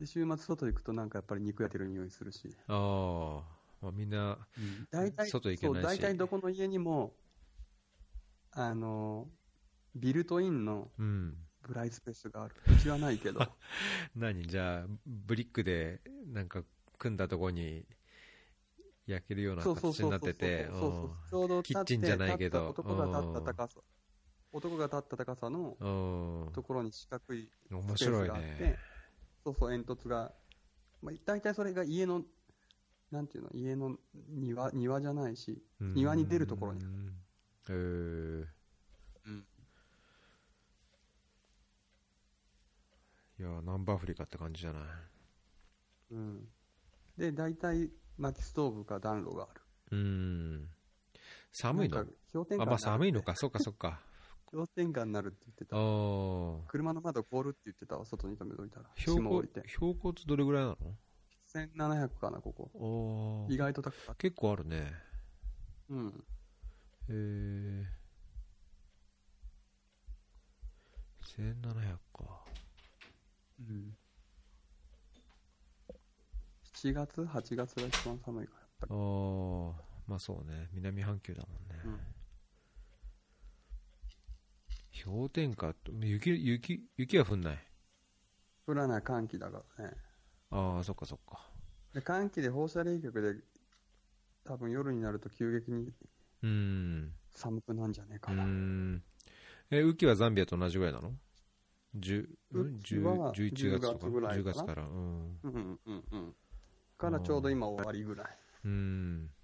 S2: で週末外行くとなんかやっぱり肉焼ける匂いするし、
S1: ああ、まあ、みんな、
S2: うん、大体
S1: 外行けないし
S2: そう大体どこの家にもあのビルトインの
S1: うん、
S2: ブライスペースがあるうちはな いけど
S1: 何じゃあブリックでなんか組んだとこに焼けるような
S2: そうそう
S1: 形
S2: そ
S1: に
S2: うそ
S1: なっ
S2: うそ
S1: て
S2: う
S1: て
S2: そうそうちょうど
S1: キ
S2: 立って
S1: ッチンじゃないけど
S2: 立った男が立った高さ男が立った高さの
S1: うんうん
S2: ところに四角い
S1: 面
S2: スペー
S1: 白
S2: ス
S1: い
S2: があって、
S1: ね
S2: そうそう、煙突が、まあ、大体それが家の、なんていうの、家の庭庭じゃないし、庭に出るところに
S1: うんへーいやナンバーフリカって感じじゃない
S2: うん、で、大体薪ストーブか暖炉がある。
S1: うん寒いの
S2: なんか氷点下
S1: あま
S2: にな
S1: あ
S2: る
S1: 寒いのかそっかそっ か
S2: 氷点下になるって言って
S1: あ
S2: た。
S1: ー
S2: 車の窓凍るって言ってたわ、外に止めといたら。
S1: 標
S2: 霜降
S1: 高
S2: りて。
S1: 標高ってどれぐらいな
S2: 1700かな、ここ。
S1: のおー
S2: 意外と高かった。
S1: 結構あるね
S2: うん。
S1: えー、1700か
S2: うん、7月、8月が一番寒いから、やっぱり
S1: あ。あまあそうね南半球だもんね、
S2: うん
S1: 氷点下と雪雪雪は降んない
S2: 降らない寒気だからね。
S1: ああそっかそっか
S2: で寒気で放射冷却で多分夜になると急激に
S1: うーん
S2: 寒くなんじゃねえ
S1: うー
S2: かな、
S1: んえ雨季はザンビアと同じぐらいなの10
S2: 雨季は
S1: 11月とか
S2: 10月ぐらい
S1: 10
S2: かな
S1: 月からうん
S2: うん、うんうんうんからちょうど今終わりぐらい
S1: うん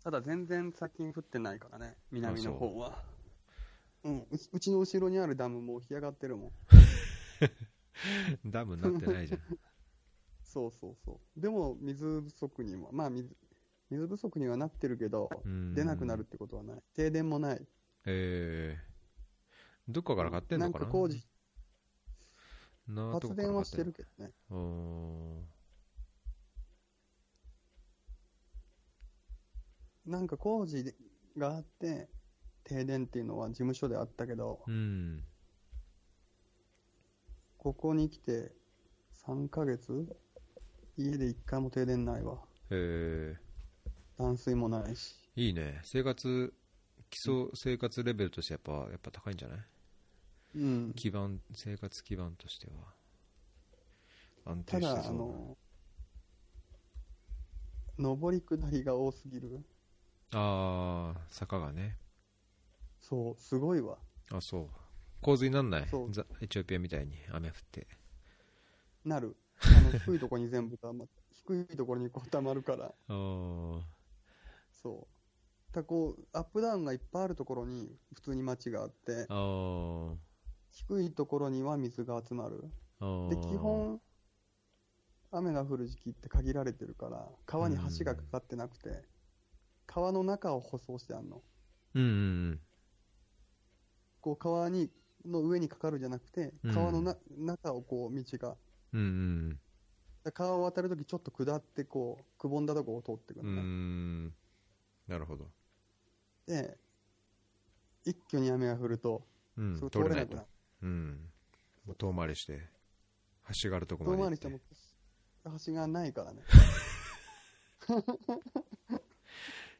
S2: ただ全然最近降ってないからね南の
S1: あそう
S2: 方はうん、うちうちの後ろにあるダムもう干上がってるもん
S1: ダムになってない じゃん
S2: そうそうそうでも水不足にはまあ水水不足にはなってるけど
S1: うん
S2: 出なくなるってことはない停電もない
S1: えー、どっかから買ってんのかな
S2: なんか工事
S1: なあどっ
S2: 発
S1: かから
S2: 電
S1: 買
S2: は
S1: っ
S2: して
S1: んの
S2: るけどね
S1: うーん
S2: なんか工事があって停電っていうのは事務所であったけど、
S1: うん
S2: ここに来て3ヶ月家で1回も停電ないわ
S1: え
S2: 断水もないし
S1: ー、いいね生活基礎生活レベルとしてやっぱやっぱ高いんじゃない
S2: うん
S1: 基盤生活基盤としては安
S2: た
S1: 定して
S2: だあ
S1: そうな
S2: の上り下りが多すぎる
S1: ああ坂がね
S2: そうすごいわ
S1: あそう洪水なんない
S2: そう
S1: ザエチオピアみたいに雨降って
S2: なるあ の低いとこに全部たま低いところにこうたまるから
S1: あー
S2: そうだからこうアップダウンがいっぱいあるところに普通に町があって
S1: あー
S2: 低いところには水が集まる
S1: あー
S2: で基本雨が降る時期って限られてるから川に橋がかかってなくて、川の中を舗装してあんの
S1: うんうん
S2: こう川にの上にかかるじゃなくて
S1: うん
S2: 川のな、中をこう道が
S1: うんうん
S2: だ川を渡るときちょっと下ってこうくぼんだとこを通ってく
S1: うんう
S2: るのね、
S1: んなるほど
S2: で一挙に雨が降ると、
S1: うん
S2: それ
S1: 通
S2: 通
S1: れ
S2: れ
S1: な
S2: ないく
S1: と
S2: なる
S1: うんもう遠回りして橋があるとこま
S2: 遠
S1: で
S2: 回
S1: 行
S2: り
S1: っ
S2: して
S1: て
S2: も橋がないからね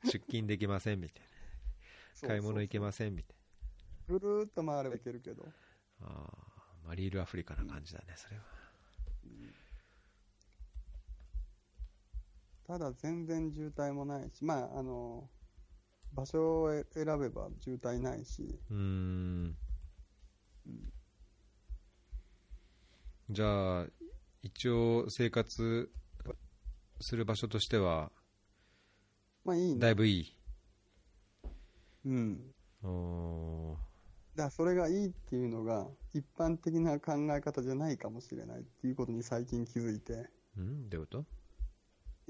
S1: 出勤できませんみたいな 買い物行けませんみたい
S2: そうそうぐるーっと回れば行けるけど
S1: なあーマリールアフリカな感じだねそれは
S2: ただ全然渋滞もないし、まあ、あの場所を選べば渋滞ないし、
S1: うーんじゃあ一応生活する場所としては
S2: まあいい
S1: だ
S2: ね。
S1: いぶいい、
S2: うん。
S1: おー
S2: だからそれがいいっていうのが、一般的な考え方じゃないかもしれないっていうことに最近気づいて、
S1: うんどういうこ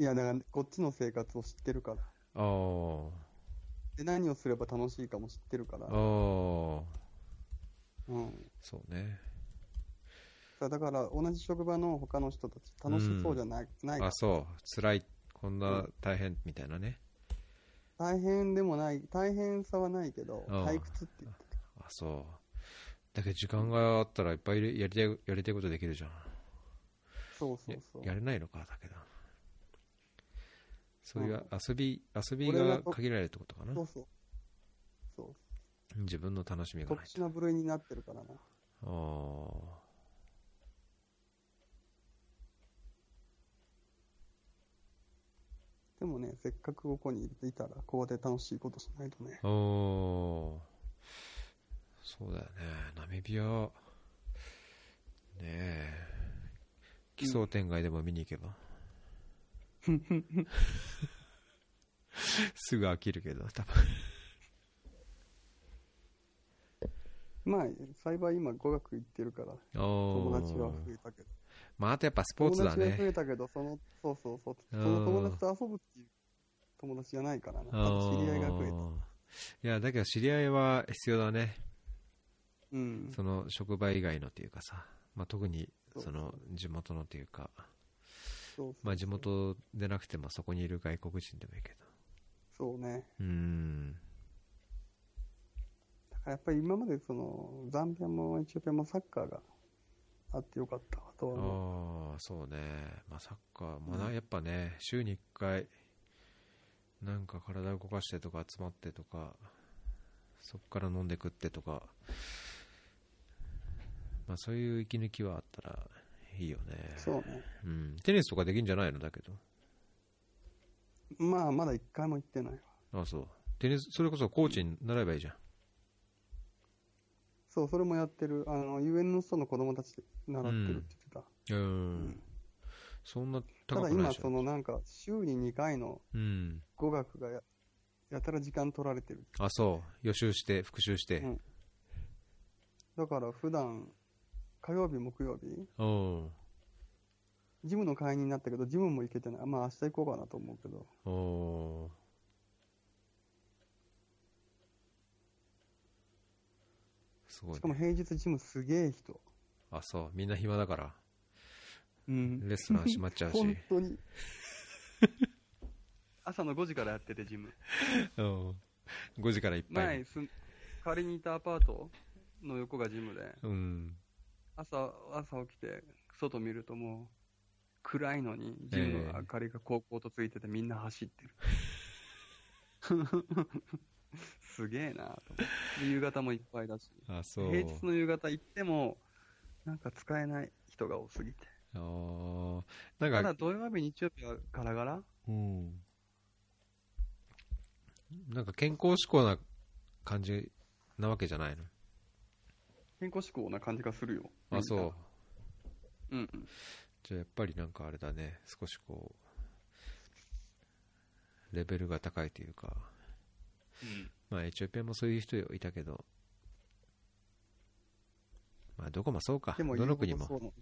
S2: いや、だからこっちの生活を知ってるから、
S1: と
S2: で何をすれば楽しいかも知ってるから
S1: ああ、ああ
S2: うん。
S1: そうね
S2: だだから同じ職場の他の人たち、楽しそうじゃない,、ない
S1: あそう辛いこんな大変みたいなね
S2: 大変でもない、大変さはないけど、
S1: ああ
S2: 退屈って言ってた。
S1: あそうだけど時間があったらいっぱいやりたいやりたいことできるじゃん
S2: そうそうそう。
S1: やれないのか、だけど。そういう
S2: う
S1: 遊び、遊び
S2: 俺
S1: が
S2: がと
S1: 限られるってことかな
S2: そ。うそう。そう。
S1: 自分の楽しみが
S2: 特
S1: ない
S2: 殊な部類になってるからな。
S1: と。ああ。
S2: でもね、せっかくここにいたら、ここで楽しいことしないとね。
S1: おーそうだよねナミビアねえ奇想天外でも見に行け ばすぐ飽きるけど多分
S2: まあ、幸い今語学行ってるから、
S1: お
S2: 友
S1: ー
S2: 達は増えたけど。
S1: まああとやっぱスポーツだ
S2: 友達は増
S1: ね
S2: えたけど、その、そうそうそう。そ
S1: うん
S2: の友達と遊ぶっていう友達じゃないからな。た
S1: あ
S2: だ知り合いが増えた。
S1: いやだけど知り合いは必要だね
S2: うん。
S1: その職場以外のっていうかさ、まあ、特に
S2: そう
S1: その地元のっていうか
S2: そう
S1: まあ地元でなくてもそこにいる外国人でもいいけど
S2: そうね。
S1: うーん
S2: だからやっぱり今までその、ザンビアもエチオピアもサッカーがあってよかったわとは思う。
S1: ああそうね、まあ、サッカーもな、
S2: うん
S1: やっぱね週に1回なんか体を動かしてとか集まってとかそこから飲んで食ってとか、まあ、そういう息抜きはあったらいいよね
S2: そうね。
S1: うん、テニスとかできんじゃないのだけど
S2: まあ、まだ一回も行ってないわ。
S1: あそうテニスそれこそコーチに習えばいいじゃん
S2: そう、それもやってる。あの、UN の人の子供たちで習ってるって言ってた。
S1: うん、そんな
S2: た
S1: 高くな
S2: だ
S1: い
S2: 今、
S1: でしょ
S2: そのなんか、週に2回の
S1: うん
S2: 語学がややたら時間取られてる。
S1: あそう予習して復習して
S2: うんだから普段、火曜日、木曜日、
S1: お
S2: ジムの会員になったけど、ジムも行けてない。まあ明日行こうかなと思うけど、
S1: おおーすごい
S2: しかも平日ジムすげえ人。
S1: あそうみんな暇だから
S2: うん。
S1: レストラン閉まっ ちゃうし
S2: 本当に。朝の5時からやってて、ジム。
S1: うん5時からいっぱ
S2: 前
S1: い
S2: す、仮にいたアパートの横がジムで、
S1: うん
S2: 朝、朝起きて、外見るともう、暗いのに、ジムの明かりがこうこうとついてて、みんな走ってる。 すげえなと思って夕方もいっぱいだし、
S1: あそう
S2: 平日の夕方行っても、なんか使えない人が多すぎて。
S1: あーな
S2: た
S1: んか
S2: だ土曜日、日曜日はガラガラ
S1: うんなんか健康志向な感じなわけじゃないの
S2: 健康志向な感じがするよ。
S1: あそう
S2: う。うんうん。
S1: じゃあやっぱりなんかあれだね少しこうレベルが高いというかまあエチオピアもそういう人いたけどまあどこもそうか
S2: でも、
S1: どの国も
S2: そうなんだ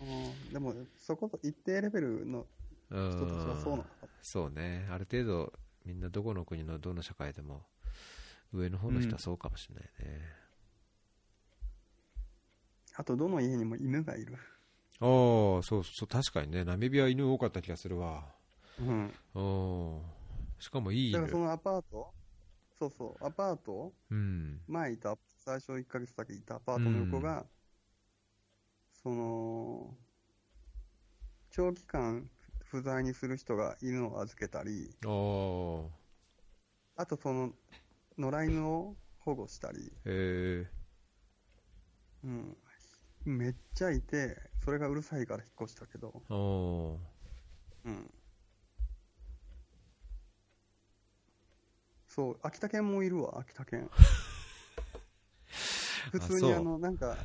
S2: うんでも、そこ一定レベルの
S1: うん
S2: 人たちはそうなんだ。
S1: そうねある程度みんなどこの国のどの社会でも上の方の人はそうかもしれないね、
S2: あと、どの家にも犬がい
S1: あ
S2: る。
S1: あそうそう確かにねナミビア犬多かった気がするわ
S2: うん。
S1: うんしかもいい
S2: だからそ
S1: 犬
S2: のアパートそうそう、アパート
S1: うん
S2: 前いた、最初1ヶ月だけいたアパートの横が、その、長期間不在にする人が犬を預けたり、
S1: ああ
S2: あとその、野良犬を保護したり、
S1: へえ
S2: うん。めっちゃいて、それがうるさいから引っ越したけど、
S1: ああ
S2: うん。そう、秋田犬もいるわ、秋 田犬。普通
S1: そう
S2: にあの、なんか、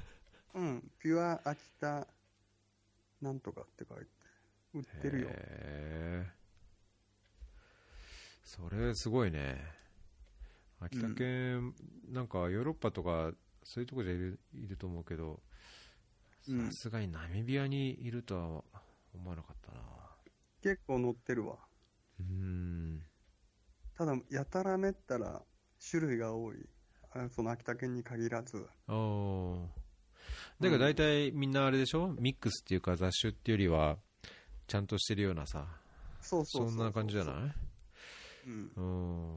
S2: うん、ピュア秋田なんとかって書いて、売ってるよ。
S1: へえそれすごいね秋田県、なんかヨーロッパとかそういうとこじゃいるいると思うけど
S2: うん
S1: さすがにナミビアにいるとは思わなかったな
S2: 結構載ってるわ。
S1: うーん
S2: ただ、やたらめったら種類が多い。あその秋田犬に限らず。
S1: ああだけど大体みんなあれでしょ、ミックスっていうか雑種っていうよりはちゃんとしてるようなさ
S2: そうそう
S1: そ
S2: うん
S1: な感じじゃ
S2: い
S1: ない
S2: うん。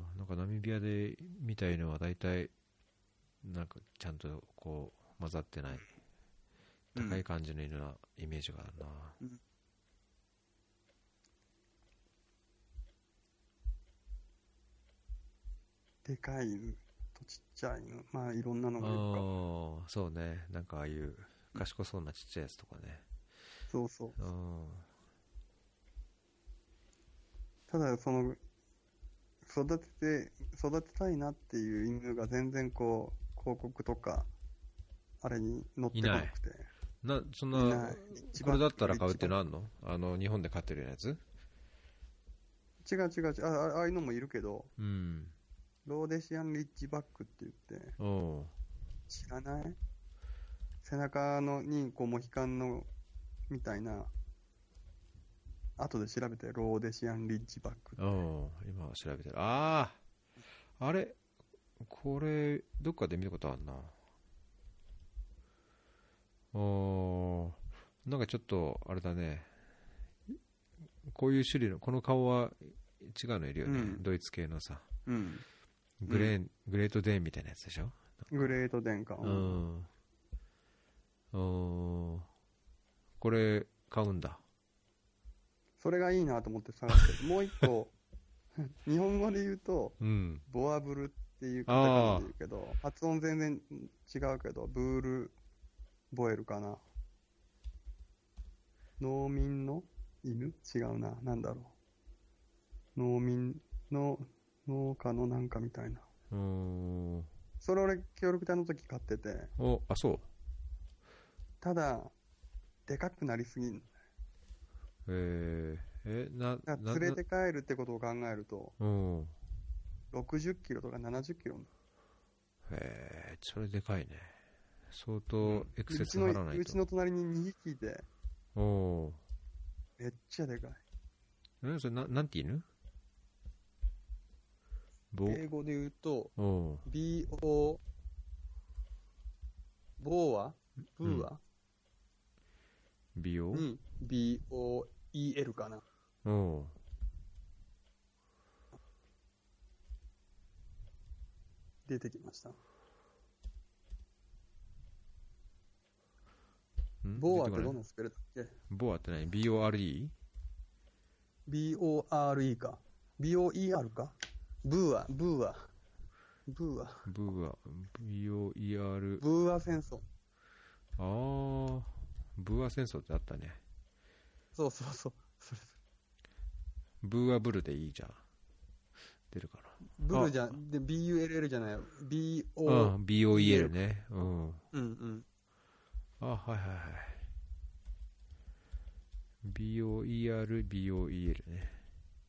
S1: うん、なんかナミビアで見た犬は大体なんかちゃんとこう混ざってない
S2: うん
S1: 高い感じの犬なイメージがあるな、
S2: でかい犬とちっちゃい犬まあいろんなの
S1: あ
S2: がいるか
S1: ーそうねなんかああいう賢そうなちっちゃいやつとかね
S2: そうそう
S1: うん
S2: ただその育てて育てたいなっていう犬が全然こう広告とかあれに乗ってこなくて
S1: なそん
S2: い
S1: な
S2: ない一
S1: これ
S2: 番
S1: だったら買うってのあんのあの日本で買ってるようなやつ
S2: 違う違う違うああああいうのもいるけど
S1: うん
S2: ローデシアンリッチバックって言って
S1: おう
S2: 知らない背中のにこうモヒカンのみたいな後で調べてローデシアンリッチバック
S1: おう今調べてるあああれこれどっかで見たことあんなおーなんかちょっとあれだねこういう種類のこの顔は違うのいるよね、
S2: うん
S1: ドイツ系のさ
S2: うん
S1: グレーン、グレートデーンみたいなやつでしょ
S2: グレートデンか、
S1: うん、うん、これ買うんだ
S2: それがいいなと思って探してるもう一個 日本語で言うと
S1: うん
S2: ボアブルっていうカタカナで言うけど発音全然違うけどブールボエルかな農民の犬違うななんだろう農民の農家のなんかみたいな
S1: うん
S2: それ俺協力隊の時買ってて
S1: おあそう
S2: ただでかくなりすぎん
S1: えー、えな
S2: だから
S1: な
S2: 連れて帰るってことを考えると
S1: なうん
S2: 60キロとか70キロ
S1: えー、それでかいね相
S2: う
S1: 当
S2: ん
S1: エクセ
S2: うち
S1: ス張ら
S2: の
S1: ないう
S2: ち
S1: と
S2: の隣に2匹いて
S1: おお
S2: めっちゃでかい
S1: ーえそれななんて犬ボ
S2: 英語で言うと
S1: おお
S2: BO ボーアブーア、
S1: 美容
S2: に BOEL かな
S1: おお
S2: 出てきました
S1: ーん
S2: ボーア
S1: 出
S2: ってて
S1: こな
S2: ど
S1: い
S2: んなスペルだっけ
S1: ボアって何 ?BORE?
S2: ?BORE か BOER かブーアブーアブーア
S1: ブア BOER
S2: ブーア戦争
S1: ああ、ブーア戦争ってあったね。
S2: そうそうそうそれ
S1: ブーアブルでいいじゃん。出るか
S2: ブルじゃで BULL じゃないよ
S1: な。う
S2: BO
S1: ん、BOEL ね。うん。
S2: うんうん
S1: あ、はいはいはい。BOER、BOEL ね。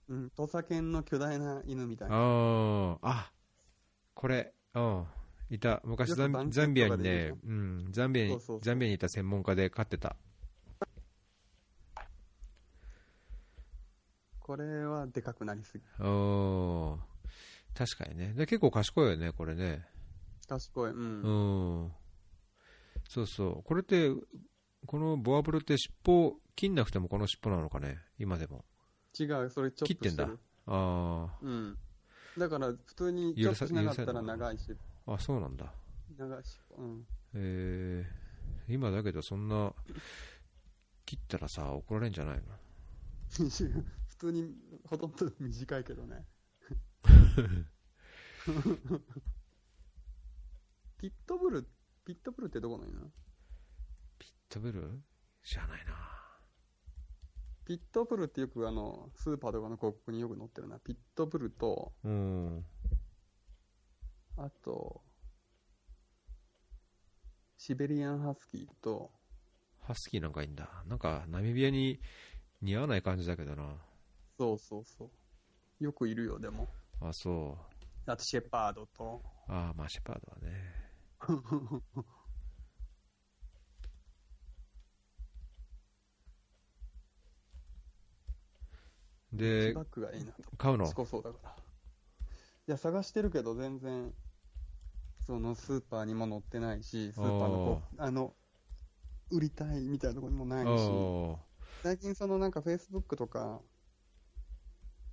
S2: うん土佐犬の巨大な犬みたいな
S1: ああ、あ、これ、うん。いた昔ザ
S2: よく
S1: ン
S2: 番犬
S1: ザンビアに
S2: とかでい
S1: ね
S2: る、
S1: うん、ザンビアに
S2: そうそうそう
S1: ザンビアにいた専門家で飼ってた。
S2: これはでかくなりすぎ
S1: うん、確かにね。で結構賢いよね、これね。
S2: 賢いうん
S1: うん、そうそう、これって、このボアブルって尻尾、切んなくてもこの尻尾なのかね、今でも。
S2: 違う、それチョップ
S1: 切ってんだ
S2: してる。
S1: あ
S2: うん。だから、普通にチョップしなかったら長いし、
S1: ーあ、そうなんだ。
S2: 長いし、うん。
S1: えー、今だけど、そんな、切ったらさ、怒られんじゃないの
S2: 普通に、ほとんど短いけど ね。ピットブル、ピットブルってどこの犬
S1: 食べる知らないな。
S2: ピットブルってよくあの、スーパーとかの広告によく載ってるな。ピットブルと、
S1: うん、
S2: あと、シベリアンハスキーと、
S1: ハスキーなんかいいんだ。なんか、ナミビアに似合わない感じだけどな。
S2: そうそうそう。よくいるよ、でも。
S1: あ、そう。
S2: あと、シェパードと、
S1: ああ、まあ、シェパードはね。で
S2: バ、ックがいいなと。
S1: 買うの
S2: 賢そうだから。いや、探してるけど、全然、そのスーパーにも載ってないし、スーパーのこう、あの、売りたいみたいなところにもないし、
S1: お
S2: 最近、そのなんか、フェイスブックとか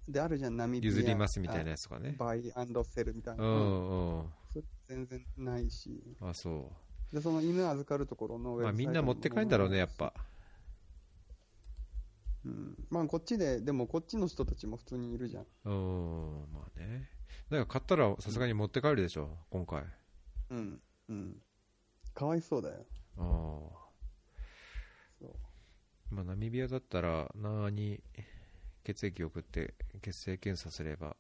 S2: であるじゃん、ナミビア
S1: 譲りますみたいなやつとかね。
S2: バイアンドセルみたいうな、うん
S1: んうん。
S2: それ全然ないし、
S1: あ、そ
S2: でその犬預かるところの
S1: う。
S2: ウェブ
S1: ま
S2: サ
S1: あ
S2: イト
S1: み
S2: に
S1: ん
S2: も
S1: な持って帰んだろうね、やっぱ。
S2: うん、まあこっちで、でもこっちの人たちも普通にいるじゃん。
S1: うんまあねだから買ったらさすがに持って帰るでしょ今回
S2: うん。うん。かわいそうだよ。
S1: ああ
S2: そう
S1: まあ、ナミビアだったら、なーに血液送って血清検査すれば、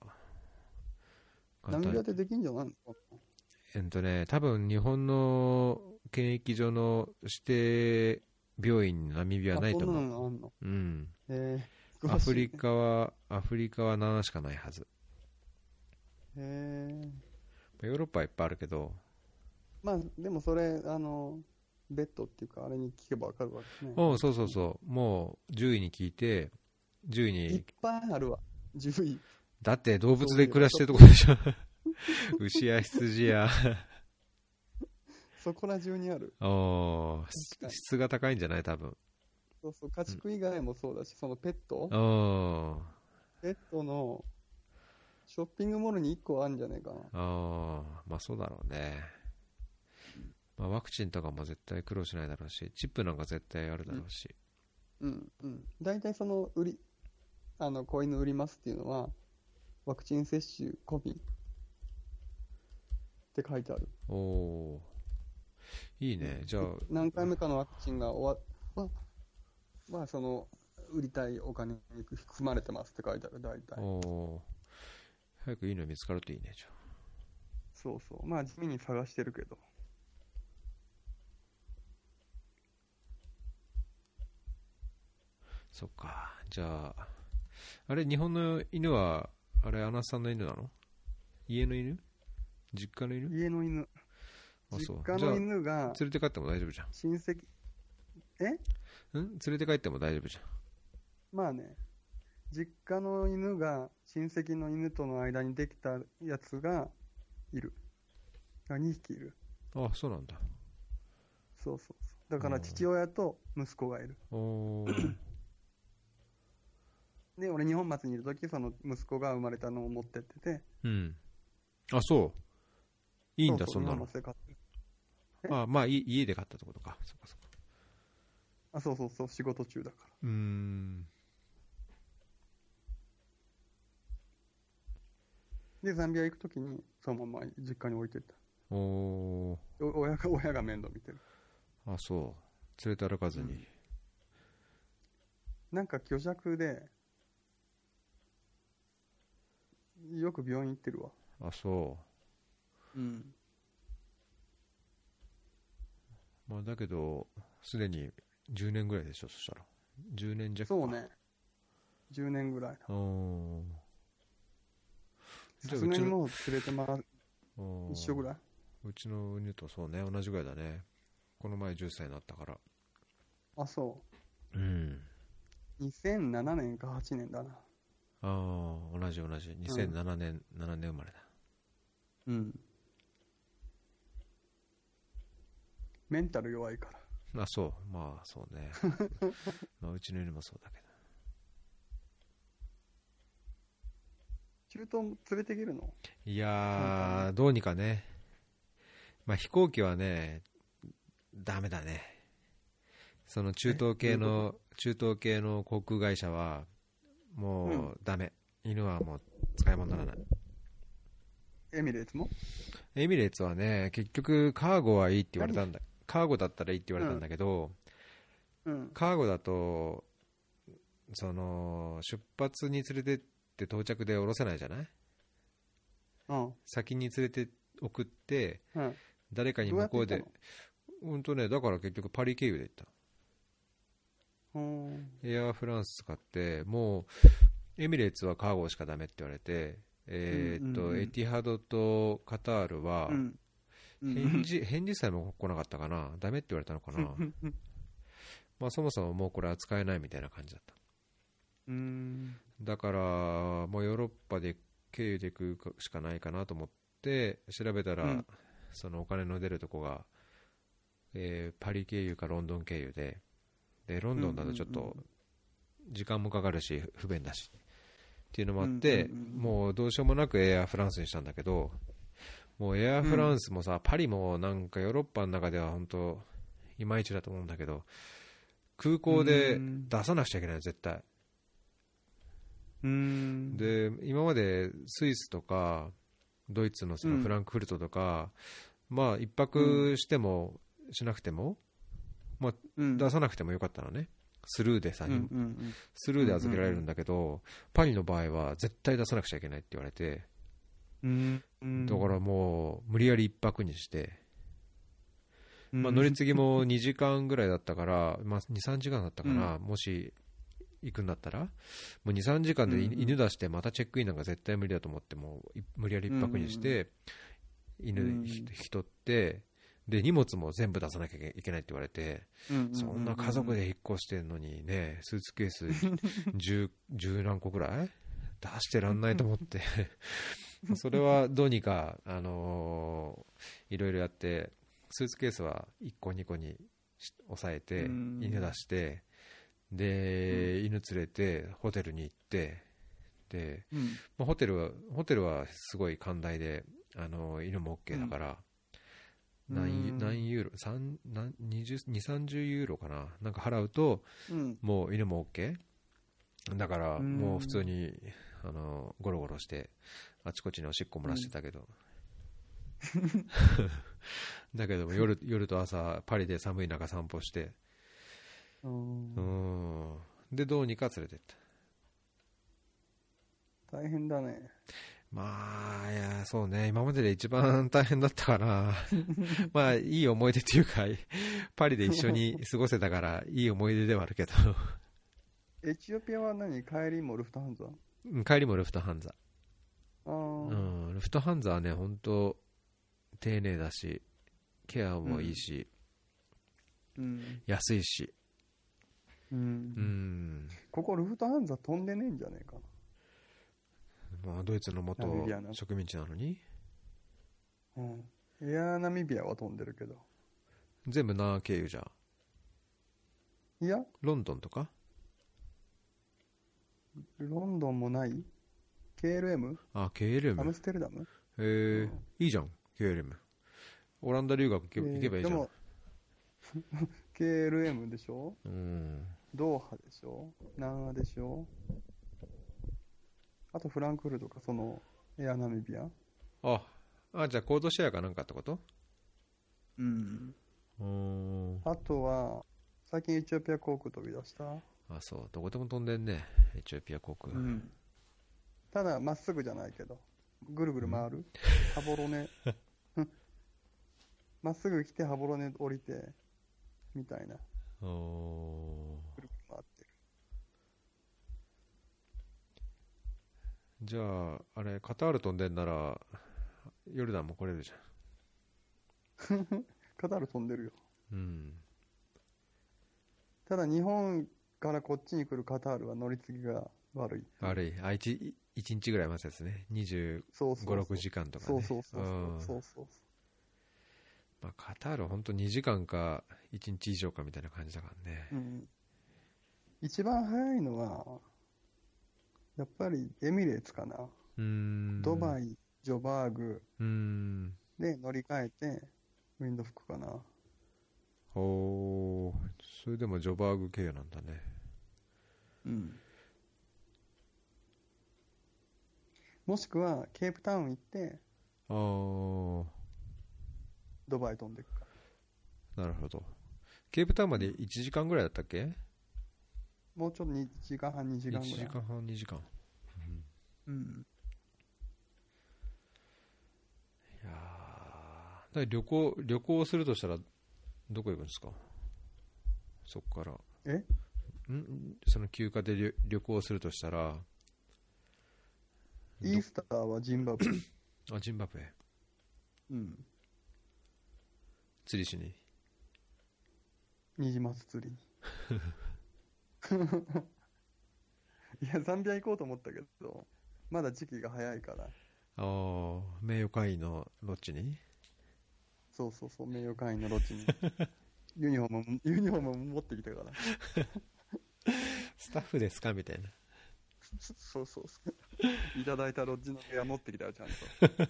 S2: ナミビアでできんじゃないの
S1: えっとね、多分日本の検疫所の指定病院にナミビアはないと
S2: あそ
S1: 思
S2: ん
S1: う。
S2: なのあんの
S1: うん。
S2: えー、
S1: ア
S2: 詳しい
S1: フリカは、アフリカは7しかないはず。
S2: えー、
S1: ヨーロッパはいっぱいあるけど、
S2: まあでもそれ、あの、ベッドっていうか、あれに聞けばわかるわけね。
S1: うん、そうそうそう、もう10位に聞いて、10位
S2: いっ
S1: に、
S2: ぱいあるわ。10位。
S1: だって動物で暮らしてるとこでしょ。牛や羊や。
S2: そこら中にある。
S1: おー
S2: 確かに
S1: 質が高いんじゃない多分
S2: そうそう、家畜以外もそうだし、そのペット
S1: あ
S2: ペットのショッピングモールに1個あるんじゃないかな。
S1: あまあそうだろうね、まあ、ワクチンとかも絶対苦労しないだろうしチップなんか絶対あるだろうし、
S2: うんうん。大体その売り、あの、子犬売りますっていうのは、ワクチン接種込みって書いてある。
S1: おおーいいねじゃあ
S2: 何回目かのワクチンが終わっ、まあ、その、売りたいお金に含まれてますって書いてある、大体。
S1: おおー早くいいの見つかるといいねじゃあ
S2: そうそう。まあ、地味に探してるけど。
S1: そっかじゃああれ日本の犬はあれアナさんの犬なの家の犬実家の犬
S2: 家の犬。
S1: あそう
S2: 実家
S1: じゃあ
S2: の犬が
S1: 連れて帰っても大丈夫じゃん
S2: 親戚、
S1: ん連れて帰っても大丈夫じゃん
S2: まあね、実家の犬が親戚の犬との間にできたやつがいる。あ2匹いる。
S1: あそうなんだ
S2: そうそうそう。だから
S1: うん
S2: 父親と息子がいる。
S1: お ー
S2: で、俺日本松にいるとき、その息子が生まれたのを持ってってて。
S1: うんあそういいんだ
S2: そ
S1: そう
S2: ううん
S1: な
S2: 日本
S1: の
S2: 松で飼ってる
S1: あまあい家で買ったってことかそっかそっか
S2: あ、そうそうそう、仕事中だから。
S1: うーん
S2: で、ザンビア行くときに、そのまま実家に置いてった。
S1: おー
S2: お親が、 親が面倒見てる。
S1: あそう連れて歩かずに、
S2: なんか虚弱で、よく病院行ってるわ。
S1: あそ
S2: うん。
S1: う、まあ、だけどすでに10年ぐらいでしょそしたら10年弱か
S2: そうね。10年ぐらい。
S1: おーじゃ
S2: さ
S1: あ
S2: すが
S1: うち
S2: に
S1: の
S2: もう連れて回る。
S1: おー
S2: 一緒ぐらい。
S1: うちの犬とそうね同じぐらいだねこの前10歳になったから
S2: あ、そ
S1: うん
S2: う。2007年か8年だな。
S1: ああ同じ同じ2007年、7年生まれだ
S2: うん。メンタル弱いから。
S1: あそうまあそう ねまあうちの犬もそうだけ
S2: 中東も連れてけるの
S1: どいやーどうにかねまあ飛行機はねダメだねその中東系
S2: どう
S1: の中東系の航空会社は
S2: う
S1: も
S2: ん
S1: うダメ、犬はもう使い物にならない
S2: エミレーツも
S1: エミレーツはね結局カーゴはいいって言われたんだカーゴだったらいいって言われたんだけど、
S2: うん。
S1: カーゴだとその出発に連れてって到着で降ろせないじゃない
S2: うん。
S1: 先に連れて送って
S2: うん。
S1: 誰かに
S2: どうや
S1: 向
S2: って
S1: こうで
S2: 行ったの
S1: うんとねだから結局パリ経由で行った
S2: うん。
S1: エアフランス使ってもうエミレーツはカーゴしかダメって言われてえーっと、
S2: うんうんうん
S1: エティハドとカタールは
S2: うん。うん
S1: 返事、返事さえも来なかったかなダメって言われたの かなまあそもそももうこれ扱えないみたいな感じだった
S2: うん。
S1: だからもうヨーロッパで経由で行くしかないかなと思って調べたら、
S2: うん
S1: そのお金の出るとこが、えーパリ経由かロンドン経由ででロンドンだとちょっ
S2: うんうん
S1: と
S2: う
S1: 時間もかかるし不便だしっていうのもあって、
S2: うんうんうん
S1: もうどうしようもなくエアフランスにしたんだけどもうエアフランスもさ、パリもなんかヨーロッパの中では本当いまいちだと思うんだけど空港で
S2: うん
S1: 出さなくちゃいけない絶対
S2: うん。
S1: で今までスイスとかドイツのその
S2: うん
S1: フランクフルトとか、まあ一泊してもしなくても、
S2: うん、
S1: 出さなくてもよかったのねスルーでさ、
S2: うんうん
S1: スルーで預けられるんだけど、パリの場合は絶対出さなくちゃいけないって言われて、
S2: うんうん。
S1: だからもう無理やり一泊にして、
S2: うん、
S1: まあ、乗り継ぎも2時間ぐらいだったから、まあ、23時間だったから、もし行くんだったらもう23時間でい
S2: うんうん
S1: 犬出してまたチェックインなんか絶対無理だと思ってもうい無理やり一泊にして、
S2: う
S1: 犬
S2: ん
S1: ひ引き取ってで荷物も全部出さなきゃいけないって言われて、
S2: うんうんうんうん、
S1: そんな家族で引っ越してんのにねスーツケー ス 10, 10何個ぐらい出してらんないと思って それはどうにか、あのーいろいろやってスーツケースは1個2個にし抑えて
S2: うん
S1: 犬出してで、犬連れてホテルに行ってで、
S2: うん、
S1: まあ、ホテルはホテルはすごい寛大で、あのー犬も OK だから、
S2: うん
S1: 何ユ
S2: うん
S1: 何ユーロ三何20 20 30ユーロかななんか払うと
S2: うん。
S1: もう犬も OK だから
S2: うん
S1: もう普通にあのゴロゴロしてあちこちにおしっこ漏らしてたけ ど、だけども夜夜と朝パリで寒い中散歩して
S2: うん
S1: うんでどうにか連れてった
S2: 大変だね。
S1: まあいやそうね今までで一番大変だったから まあいい思い出っていうかパリで一緒に過ごせたからいい思い出ではあるけど
S2: エチオピアは何帰りもルフトハンザ
S1: うん帰りもルフトハンザ、
S2: あー
S1: うん、ルフトハンザはね本当丁寧だしケアもいいし、
S2: うん。
S1: 安いし
S2: う。
S1: うんん、
S2: ここルフトハンザ飛んでねえんじゃねえかな。
S1: まあ、ドイツの元
S2: ナミビアな
S1: 植民地なのに
S2: うん。エアーナミビアは飛んでるけど。
S1: 全部ナー経由じゃん
S2: いや、
S1: ロンドンとか
S2: ロンドンもない ?KLM?
S1: あ
S2: ア
S1: KLM
S2: ムステルダム
S1: へえいいじゃん KLM オランダ留学行け,、
S2: えー
S1: 行けばいいじゃ
S2: で
S1: ん
S2: も KLM でしょ
S1: うん
S2: ドーハでしょ南アでしょあとフランクフルトかそのエアナミビア
S1: ああじゃあコードシェアかなんかってこと
S2: うん
S1: うん
S2: あとは最近エチオピア航空飛び出した
S1: あそうどこでも飛んでんねエチオピア航空、
S2: うんただまっすぐじゃないけどぐるぐる回る羽幌 ねまっすぐ来て羽幌ね降りてみたいな
S1: おー
S2: ぐるぐる回ってる
S1: じゃあ、あれ、カタール飛んでんなら、ヨルダンも来れるじ
S2: カタール飛んでるよ
S1: ゃん。うん。
S2: ただ日本からこっちに来るカタールは乗り継ぎが悪い
S1: 悪い。あ、1, 一日ぐらい待つやつね。25、
S2: そうそうそう
S1: 6時間とか
S2: そ
S1: ね。
S2: うそうそう
S1: うん
S2: そうそうそう
S1: まあ、カタールは本当2時間か1日以上かみたいな感じだからね。
S2: うん一番早いのはやっぱりエミレーツかな、
S1: うーん。
S2: ドバ
S1: イ。
S2: イジョバーグ
S1: うーん。
S2: で乗り換えてウィンドフックかな
S1: おーそれでもジョバーグ経由なんだね。
S2: うんもしくはケープタウン行って
S1: あー、
S2: ドバイ飛んでくか
S1: なるほど。ケープタウンまで1時間ぐらいだったっけ
S2: もうちょっと2時間半2時
S1: ?1
S2: 間ぐら
S1: 時
S2: い
S1: 間半、2時間。
S2: うん
S1: いやーだから旅行旅行するとしたらどこ行くんですかそこから
S2: え
S1: んその休暇で旅旅行するとしたら
S2: イースターはジンバブエ
S1: あジンバブエ
S2: うん
S1: 釣りしに
S2: ニジマス釣りに いやザンビア行こうと思ったけどまだ時期が早いから
S1: ああ名誉会員のロッチに
S2: そうそうそう名誉会員のロッジにユニフォームもユニフォームも持ってきたから
S1: スタッフですかみたいな
S2: そうそうそういただいたロッジの部屋持ってきたよちゃんと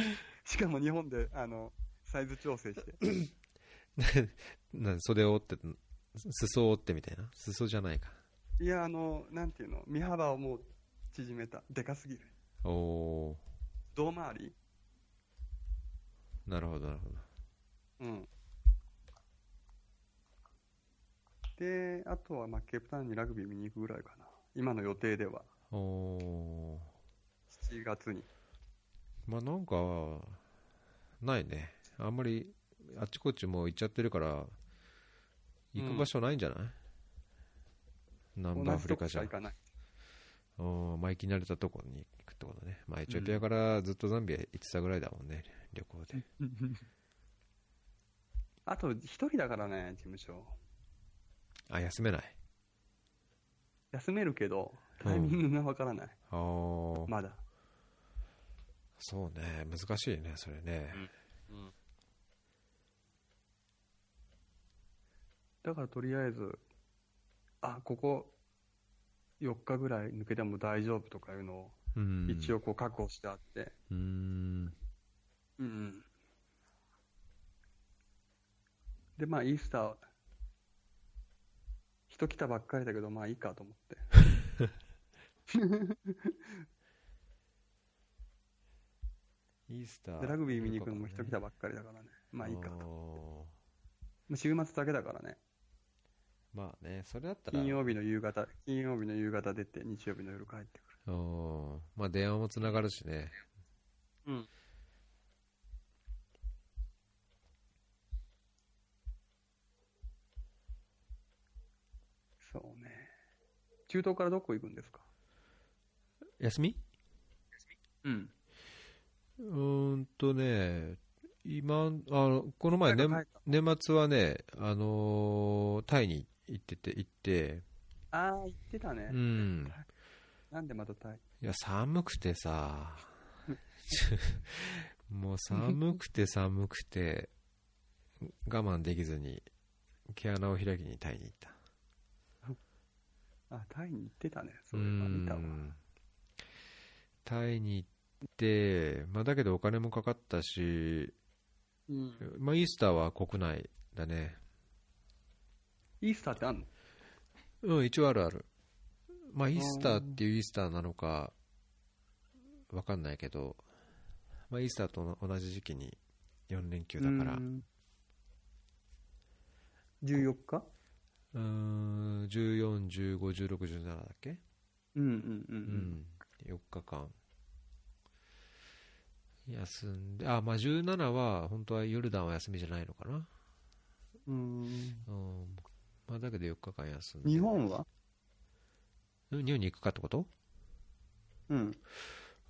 S2: しかも日本であのサイズ調整して
S1: な袖を折って裾を折ってみたいな裾じゃないか
S2: いやあのなんていうの身幅をもう縮めた。でかすぎる。
S1: おお
S2: 胴回り
S1: ーなるほどなるほど
S2: うん。で、あとは、まあ、ケープタウンにラグビー見に行くぐらいかな。今の予定では、
S1: おー
S2: 7月に。
S1: まあなんかないねあんまりあっちこっちもう行っちゃってるから行く場所ないんじゃない、南部アフリカじゃ
S2: 同
S1: ん
S2: じとこしか行かない。
S1: おーまあ行き慣れたとこに行くってことねまあエチオピアからずっとザンビア行ってたぐらいだもんね旅行で
S2: あと、一人だからね、事務所。
S1: あ休めない
S2: 休めるけど、
S1: うん
S2: タイミングがわからない。
S1: あー、
S2: まだ。
S1: そうね難しいねそれね
S2: だからとりあえず、あ、ここ4日ぐらい抜けても大丈夫とかいうのを
S1: うん
S2: 一応こう確保してあって、
S1: うーん
S2: うん。で、まあイースター、人来たばっかりだけど、まあいいかと思って。
S1: イースター
S2: でラグビー見に行くのも人来たばっかりだからね。まあいいかと。
S1: おー
S2: まあ週末だけだからね。
S1: まあねそれだったら
S2: 金曜日の夕方、金曜日の夕方出て、日曜日の夜帰ってく
S1: おーまあ電話もつながるしね
S2: る。うん。そうね。中東からどこ行くんですか
S1: 休み
S2: うん。
S1: うーんとね今あのこの前年
S2: なんか帰った
S1: 年末はねあのータイに行ってて行って
S2: ああ、行ってたね。
S1: うん
S2: なんでまたタイ
S1: いや寒くて さもう寒くて寒くて我慢できずに毛穴を開きにタイに行った
S2: あ、タイに行ってたね。そういえば見たわ
S1: う。んタイに行って、まあ、だけどお金もかかったし、
S2: うん。
S1: まあ、イースターは国内だね
S2: イースターってあんの
S1: うん一応あるあるまあイースターっていうイースターなのかわかんないけど、まあ、イースターと同じ時期に4連休だから
S2: う。ん14日
S1: うん14151617だっけ
S2: うんうんうんう。
S1: うんん、4日間休んであまあ17は本当はヨルダンは休みじゃないのかな
S2: うん
S1: うんまあだけど4日間休んで
S2: 日本は
S1: うん日本に行くかってこと
S2: うん。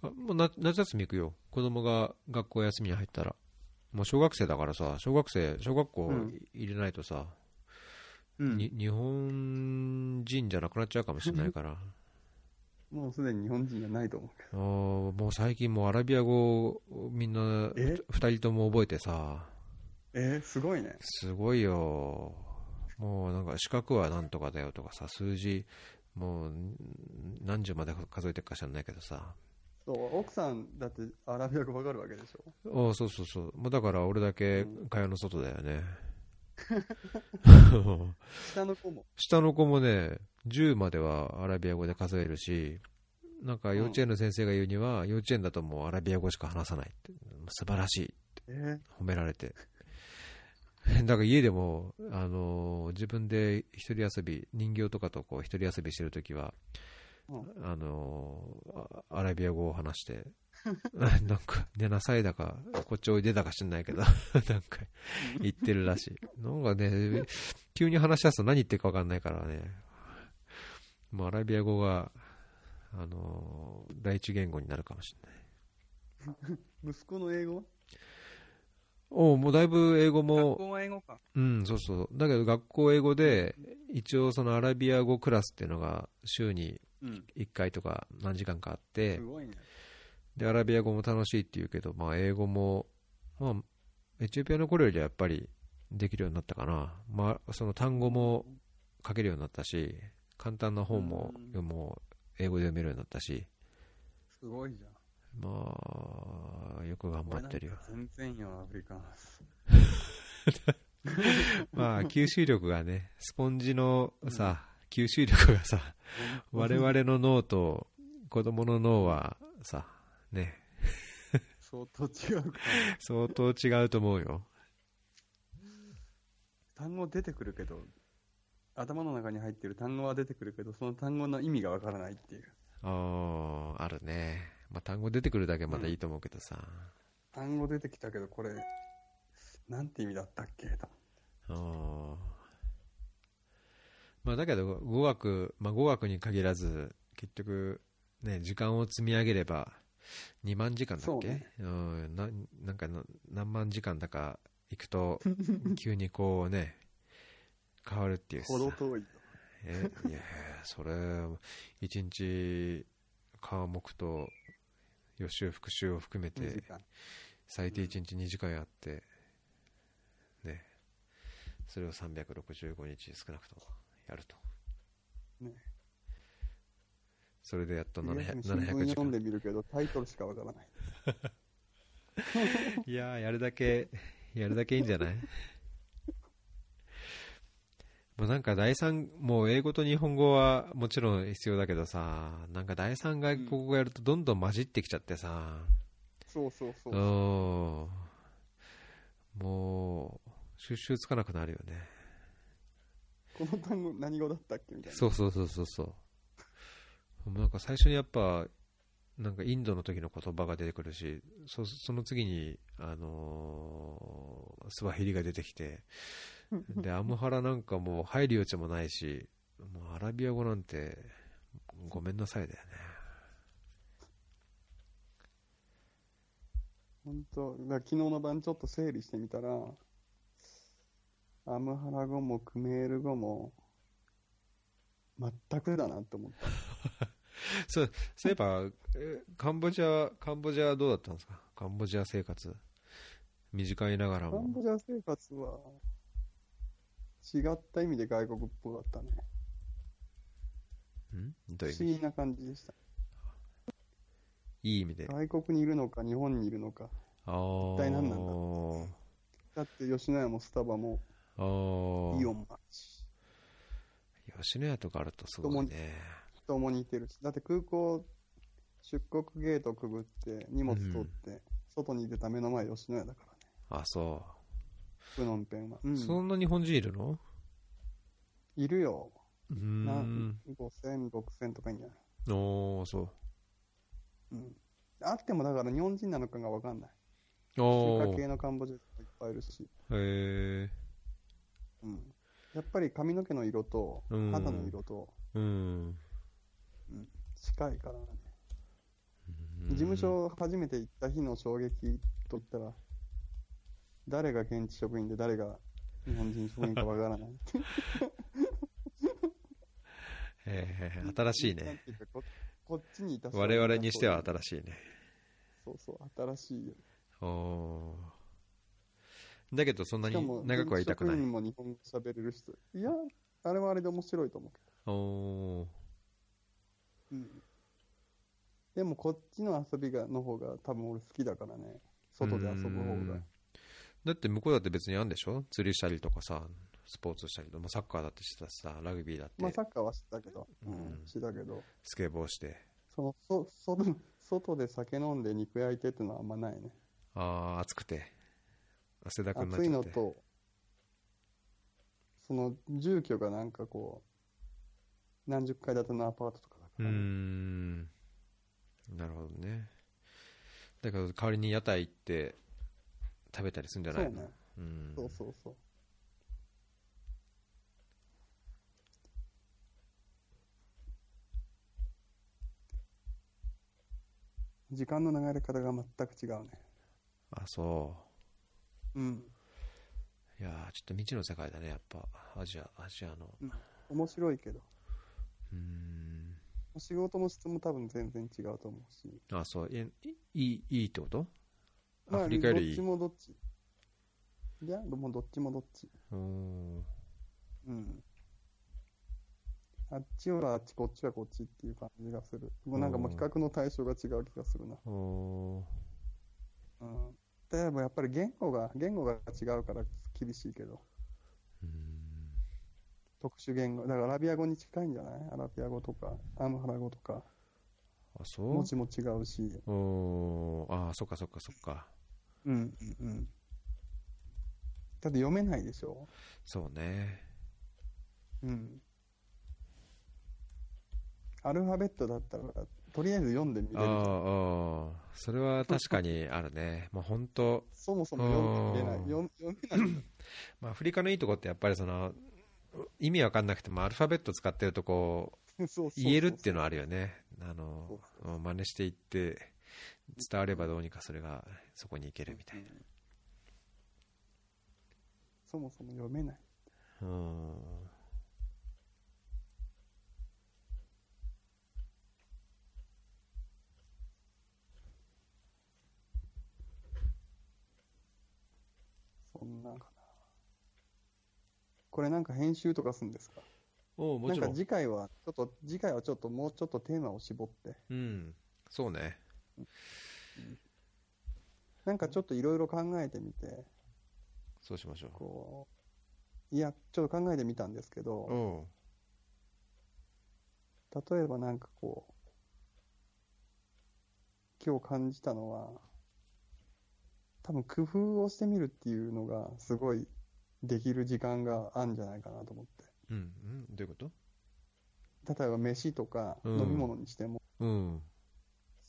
S1: あもうな夏休み行くよ子供が学校休みに入ったらもう小学生だからさ小学生小学校
S2: うん
S1: 入れないとさ、
S2: うん
S1: に日本人じゃなくなっちゃうかもしれないから
S2: もうすでに日本人じゃないと思うけ
S1: あーもう最近もうアラビア語をみんな
S2: え
S1: 2人とも覚えてさ
S2: ど。えー、すごいね。
S1: すごいよ。もうなんか資格はなんとかだよとかさ、数字、もうん何十まで数えてるか知らないけどさ。
S2: そう、奥さんだってアラビア語わかるわけでしょ。
S1: おそうそうそう。もうだから俺だけ会話の外だよ ね。
S2: 下の子も。
S1: 下の子もね、10まではアラビア語で数えるし、なんか幼稚園の先生が言うには、幼稚園だともうアラビア語しか話さないって。素晴らしい。
S2: えー、
S1: 褒められて だから家でも、あのー自分で一人遊び人形とかとこう一人遊びしてるときは、
S2: うん
S1: あのーあアラビア語を話して なんか寝なさいだかこっちおいでだか知んないけど なんか言ってるらしいなんかね急に話し出すと何言ってるか分かんないからねもうアラビア語が、あのー第一言語になるかもしれない
S2: 息子の英語
S1: おうもうだいぶ英語も
S2: 学校は英語か。
S1: うん、そうそう。だけど学校英語で、一応そのアラビア語クラスっていうのが週に
S2: うん。
S1: 1回とか何時間かあって
S2: す、ごいね。
S1: で、アラビア語も楽しいっていうけど、まあ英語も、まあ、エチオピアの頃よりはやっぱりできるようになったかな。まあ、その単語も書けるようになったし、簡単な本も、
S2: う
S1: もう英語で読めるようになったし、
S2: すごいじゃん。
S1: まあ、よく頑張ってるよ。
S2: 俺なんか全然よ、アフ リカンス。
S1: まあ、吸収力がね、スポンジのさ、吸収力がさ、我々の脳と子供の脳はさ、ね、
S2: 相当違うか。
S1: 相当違うと思うよ。
S2: 単語出てくるけど、頭の中に入ってる単語は出てくるけど、その単語の意味がわからないっていう。
S1: ああ、あるね。まあ、単語出てくるだけまだいいと思うけどさ。
S2: 単語出てきたけど、これ、なんて意味だったっけと。
S1: あまあ、だけど語学、まあ、語学に限らず結局、ね、時間を積み上げれば2万時間だっけ
S2: そうね
S1: うん、ななんかな何万時間だか行く と急にこうね変わるっていうさ
S2: ほど遠いと。
S1: えいやそれ1日科目と予習復習を含め
S2: 2時
S1: て
S2: 間。
S1: 最低1日2時間やって、ね、それを365日少なくともやると。
S2: ね
S1: それでやっと
S2: 意外
S1: 700
S2: に新
S1: 700
S2: 聞
S1: 時
S2: 読
S1: 間
S2: んでみるけど、タイトルしかわからない。
S1: いやーやるだけやるだけいいんじゃない もうなんか第三もう英語と日本語はもちろん必要だけどさなんか第三外国語やるとどんどん混じってきちゃってさ、
S2: そうそうそうう。
S1: んもう収集つかなくなるよね
S2: この単語何語だったっけみたいな。
S1: そうそうそうそうそう。なんか最初にやっぱ、なんかインドの時の言葉が出てくるし、そその次に、あのースワヒリが出てきて、で、アムハラなんかもう入る余地もないし、もうアラビア語なんて、ごめんなさいだよね。
S2: 本当だから昨日の晩ちょっと整理してみたら、アムハラ語もクメール語も、全くだなって思った。
S1: そう、そういえば、えカンボジア、カンボジアはどうだったんですかカンボジア生活。短いながら
S2: カンボ
S1: も。
S2: ジア生活は、違った意味で外国っぽかったね。
S1: んどう
S2: 不
S1: いう意
S2: 思
S1: 味
S2: 議な感じでした。
S1: いい意味で。
S2: 外国にいるのか、日本にいるのか。
S1: あー
S2: 一体何なんだだって吉野家もスタバも
S1: あー
S2: イオンもあるし、
S1: 吉野家とかあるとすごいね。
S2: 人も似てるし、だって空港、出国ゲートくぐって、荷物取って、外に出た目の前吉野家だからね、
S1: あ、そ
S2: プノンペンは。う
S1: う。
S2: ん
S1: そんな日本人いるの
S2: いるよ。
S1: うー。
S2: なん5000、6000とかいいんじゃない
S1: おー、そ
S2: うん。あってもだから日本人なのかがわかんない。
S1: う。
S2: 中
S1: お
S2: 華系
S1: ー。
S2: のカンボジア人もいっぱいいるし、
S1: へ
S2: うん。やっぱり髪の毛の色と、
S1: うん
S2: 肌の色と、
S1: ー。うん。
S2: 近いからね。事務所初めて行った日の衝撃といったら、誰が現地職員で誰が日本人職員かわからない。
S1: へー。 新しい
S2: なん
S1: ね。
S2: ていうかこ こっちにいた
S1: 我々にしては
S2: 新し
S1: 新しいね。
S2: い。そうそう、新しいよ。
S1: おー。だけどそんな
S2: し
S1: に
S2: かも、
S1: 長くはいたくな
S2: 現
S1: い。
S2: 地職員も日本語喋れる人。いや、あれはあれで面白いと思うけ
S1: おー。
S2: ど。でも、こっちの遊びがの方が多分俺好きだからね。外で遊ぶ方
S1: う
S2: が
S1: ん。だって向こうだって別にあるんでしょ釣りしたりとかさ、スポーツしたりとか、まあサッカーだってしてたしさ、ラグビーだって
S2: まあ、、サッカーはしてたけど。
S1: う
S2: うんん、してたけど。
S1: スケボーして。
S2: その、そ、外、外で酒飲んで肉焼いてってのはあんまないね。
S1: ああ、暑くて。汗だくになっ
S2: 暑
S1: ち
S2: い
S1: ゃっ
S2: の
S1: て。
S2: と、その住居がなんかこう、何十階建てのアパートとかだ
S1: う
S2: か
S1: ー
S2: ら、
S1: ん。なるほどね。だから代わりに屋台行って食べたりするんじゃ
S2: そ
S1: な
S2: う
S1: い
S2: ね
S1: の、うん。
S2: そうそうそう。時間の流れ方が全く違うね。
S1: あ、そ
S2: うん。
S1: う。いやーちょっと未知の世界だね、やっぱ。アジア、アジアの。
S2: 面白いけど。
S1: うーん。
S2: 仕事の質も多分全然違うと思うし。
S1: あ、そう。えいい、いいってことア
S2: まあ、
S1: フ
S2: ど
S1: リカよ
S2: っ
S1: りいい
S2: ち。もどっち。いや、もうどっちもどっち。
S1: うーん
S2: うん。あっちはあっち、こっちはこっちっていう感じがする。もうなんかもう比較の対象が違う気がするな。
S1: おー
S2: うん。でもやっぱり言語が、言語が違うから厳しいけど、
S1: うーん
S2: 特殊言語、だからアラビア語に近いんじゃないアラビア語とか、アムハラ語とか、
S1: あそう
S2: 文字も違うし
S1: おーああそっかそっかそっか
S2: うんうんうんだって読めないでしょ
S1: そうね
S2: うんアルファベットだったらとりあえず読んでみれ
S1: ああ
S2: るじゃん
S1: ああそれは確かにあるねまあ本当
S2: そもそも読んでみれない
S1: うん
S2: 読読めない
S1: まあアフリカのいいとこってやっぱりその意味わかんなくてもアルファベット使ってるとこう
S2: そうそうそう
S1: 言えるっていうのはあるよねあの
S2: そ
S1: うん真似していって伝わればどうにかそれがそこに行けるみたいな
S2: そもそも読めない
S1: うん
S2: そんなかなこれなんか編集とかするんですか
S1: おうも
S2: なん
S1: ち
S2: か
S1: ろん
S2: 次回はちょっと次回はちょっともうちょっとテーマを絞って
S1: うんそうね
S2: なんかちょっといろいろ考えてみて
S1: そうしましょ
S2: こういやちょっと考えてみたんですけ
S1: う
S2: ど
S1: おう
S2: 例えばなんかこう今日感じたのは多分工夫をしてみるっていうのがすごいできる時間があるんじゃないかなと思って
S1: うんうんどういうこと
S2: 例えば飯とか
S1: うん
S2: 飲み物にしても、
S1: うん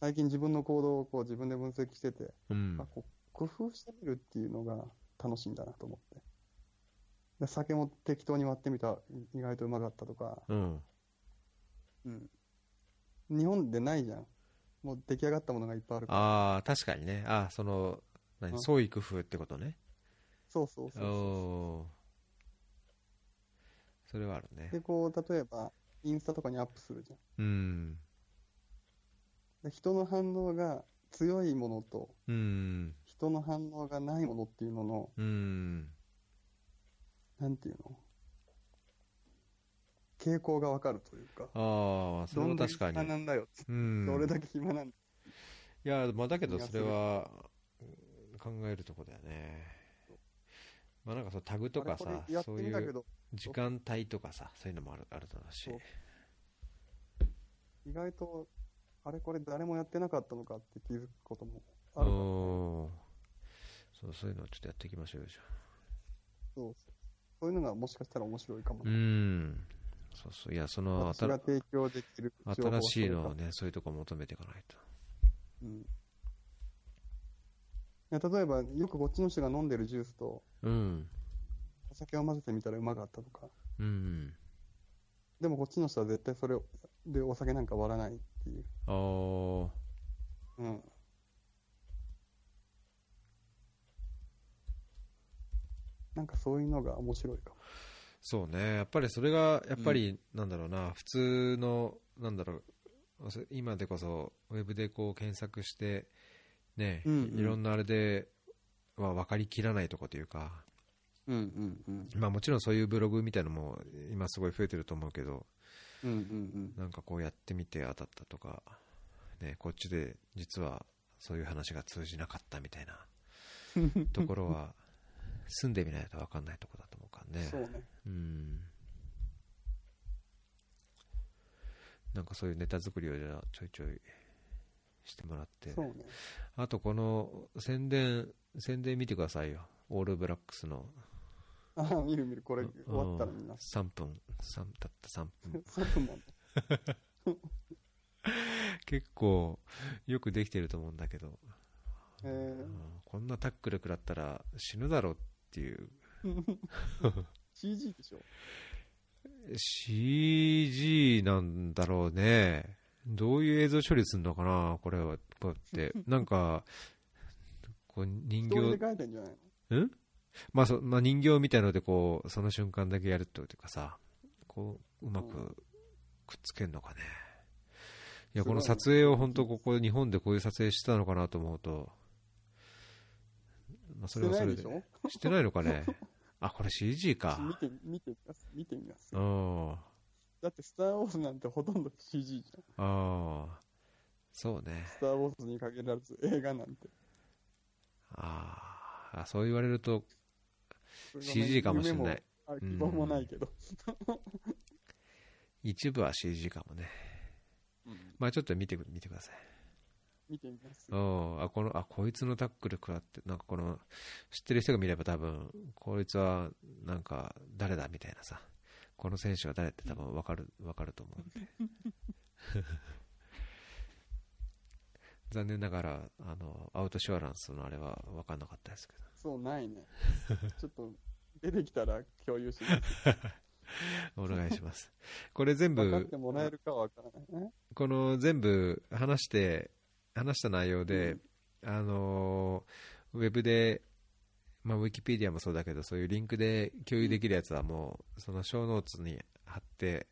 S2: 最近自分の行動をこう自分で分析してて、
S1: うん
S2: あこう工夫してみるっていうのが楽しいんだなと思ってで酒も適当に割ってみた意外とうまかったとか、
S1: うん
S2: うん、日本でないじゃんもう出来上がったものがいっぱいあるから
S1: ああ確かにねああその
S2: う
S1: 何
S2: ん
S1: 創意工夫ってことね
S2: そうそうそうそ
S1: おーそれはあるね
S2: うでこう例えばインスタとかにアップするじゃ
S1: う
S2: ん
S1: ん
S2: で人の反応が強いものと
S1: うん
S2: 人の反応がないものっていうのの
S1: うん
S2: なんていうの傾向がわかるというか
S1: ああそれ
S2: ど
S1: は
S2: んだけ
S1: 確か
S2: 暇な
S1: に
S2: んだよ、
S1: うん
S2: どれだけ暇なんだ
S1: いやまあだけど
S2: 気が
S1: そ
S2: す
S1: れ
S2: る
S1: はうん考えるとこだよねまあなんかそのタグとか
S2: あれ
S1: さ
S2: これやって
S1: そう
S2: み
S1: い
S2: たけ
S1: う
S2: ど
S1: 時間帯とかさそういうのもあるあるだろうし
S2: そう意外とあれこれ誰もやってなかったのかって気づくこともあるから
S1: おーそうそういうのをちょっとやっていきましょうよじゃあ
S2: そうそういうのがもしかしたら面白いかも、
S1: うんそうそういやその
S2: 私が提供できる情報
S1: 新しいの
S2: そ
S1: を
S2: れか
S1: ねそういうとこ求めていかないと
S2: うんいや例えばよくこっちの人が飲んでるジュースと
S1: うん
S2: お酒を混ぜてみたらうまかったとか
S1: うん
S2: でもこっちの人は絶対それをでお酒なんか割らないっていう
S1: あー
S2: うんなんかそういうのが面白いかも。
S1: そうねやっぱりそれがやっぱりなんだろうな、普通のなんだろうそ今でこそウェブでこう検索してね、
S2: うんうん
S1: いろんなあれでは分かりきらないとこというか
S2: うんうんうん。
S1: まあもちろんそういうブログみたいのも今すごい増えてると思うけど
S2: うんうん
S1: なんかこうやってみて当たったとか、ね、こっちで実はそういう話が通じなかったみたいなところは住んでみないと分かんないとこだと思うから
S2: う
S1: ね
S2: ん。そうね。
S1: うんなんかそういうネタ作りをじゃあちょいちょいしてもらって
S2: そうね。
S1: あとこの宣伝宣伝見てくださいよオールブラックスの
S2: ああ、見る見る、これ終わったらみんな。
S1: 3分3たった3分
S2: そうだもんね
S1: 結構よくできてると思うんだけど
S2: え
S1: う
S2: ー、
S1: んこんなタックル食らったら死ぬだろうっていう
S2: CG でしょ
S1: CG なんだろうねどういう映像処理するのかなこれはこうや ってなんかこう人
S2: 人で
S1: 形
S2: 描いてんじゃないの
S1: ん、まあそまあ、人形みたいのでこうその瞬間だけやるってこというかさこううまくくっつけるのかねいや
S2: すご
S1: こ
S2: いね
S1: の撮影を本当ここ日本でこういう撮影してたのかなと思うと、まあ、そ
S2: し
S1: れは
S2: てな
S1: そ
S2: い
S1: れ
S2: で
S1: で
S2: しょ
S1: してないのかねあこれ CG
S2: 見
S1: か
S2: て、見てみます。見てみます
S1: う。んあ
S2: だって、スター・ウォーズなんてほとんど CG じゃん。
S1: あそうね
S2: スター・ウォーズに限らず、映画なんて。
S1: あーあそう言われると
S2: それがね
S1: CG かもしれ
S2: 夢
S1: ない
S2: あ希望もないけど。
S1: 一部は CG かもねまあちょっと見て見てください。
S2: 見てみます。
S1: うん、あこのあこいつのタックル食らってなんかこの知ってる人が見れば多分こいつはなんか誰だみたいなさこの選手は誰って多分分かる分かると思うんで 残念ながらあのアウトシュアランスのあれは分かんなかったですけど
S2: そう、ない ね。ちょっと、出てきたら共有します。
S1: お願いしますこれ 全
S2: 分かっ
S1: 部
S2: てもらえるかはわからないね。
S1: この全部話して話した内容で、あのーウェブで、まあ、ウィキペディアもそうだけどそういうリンクで共有できるやつはもうそのショーノーツに貼って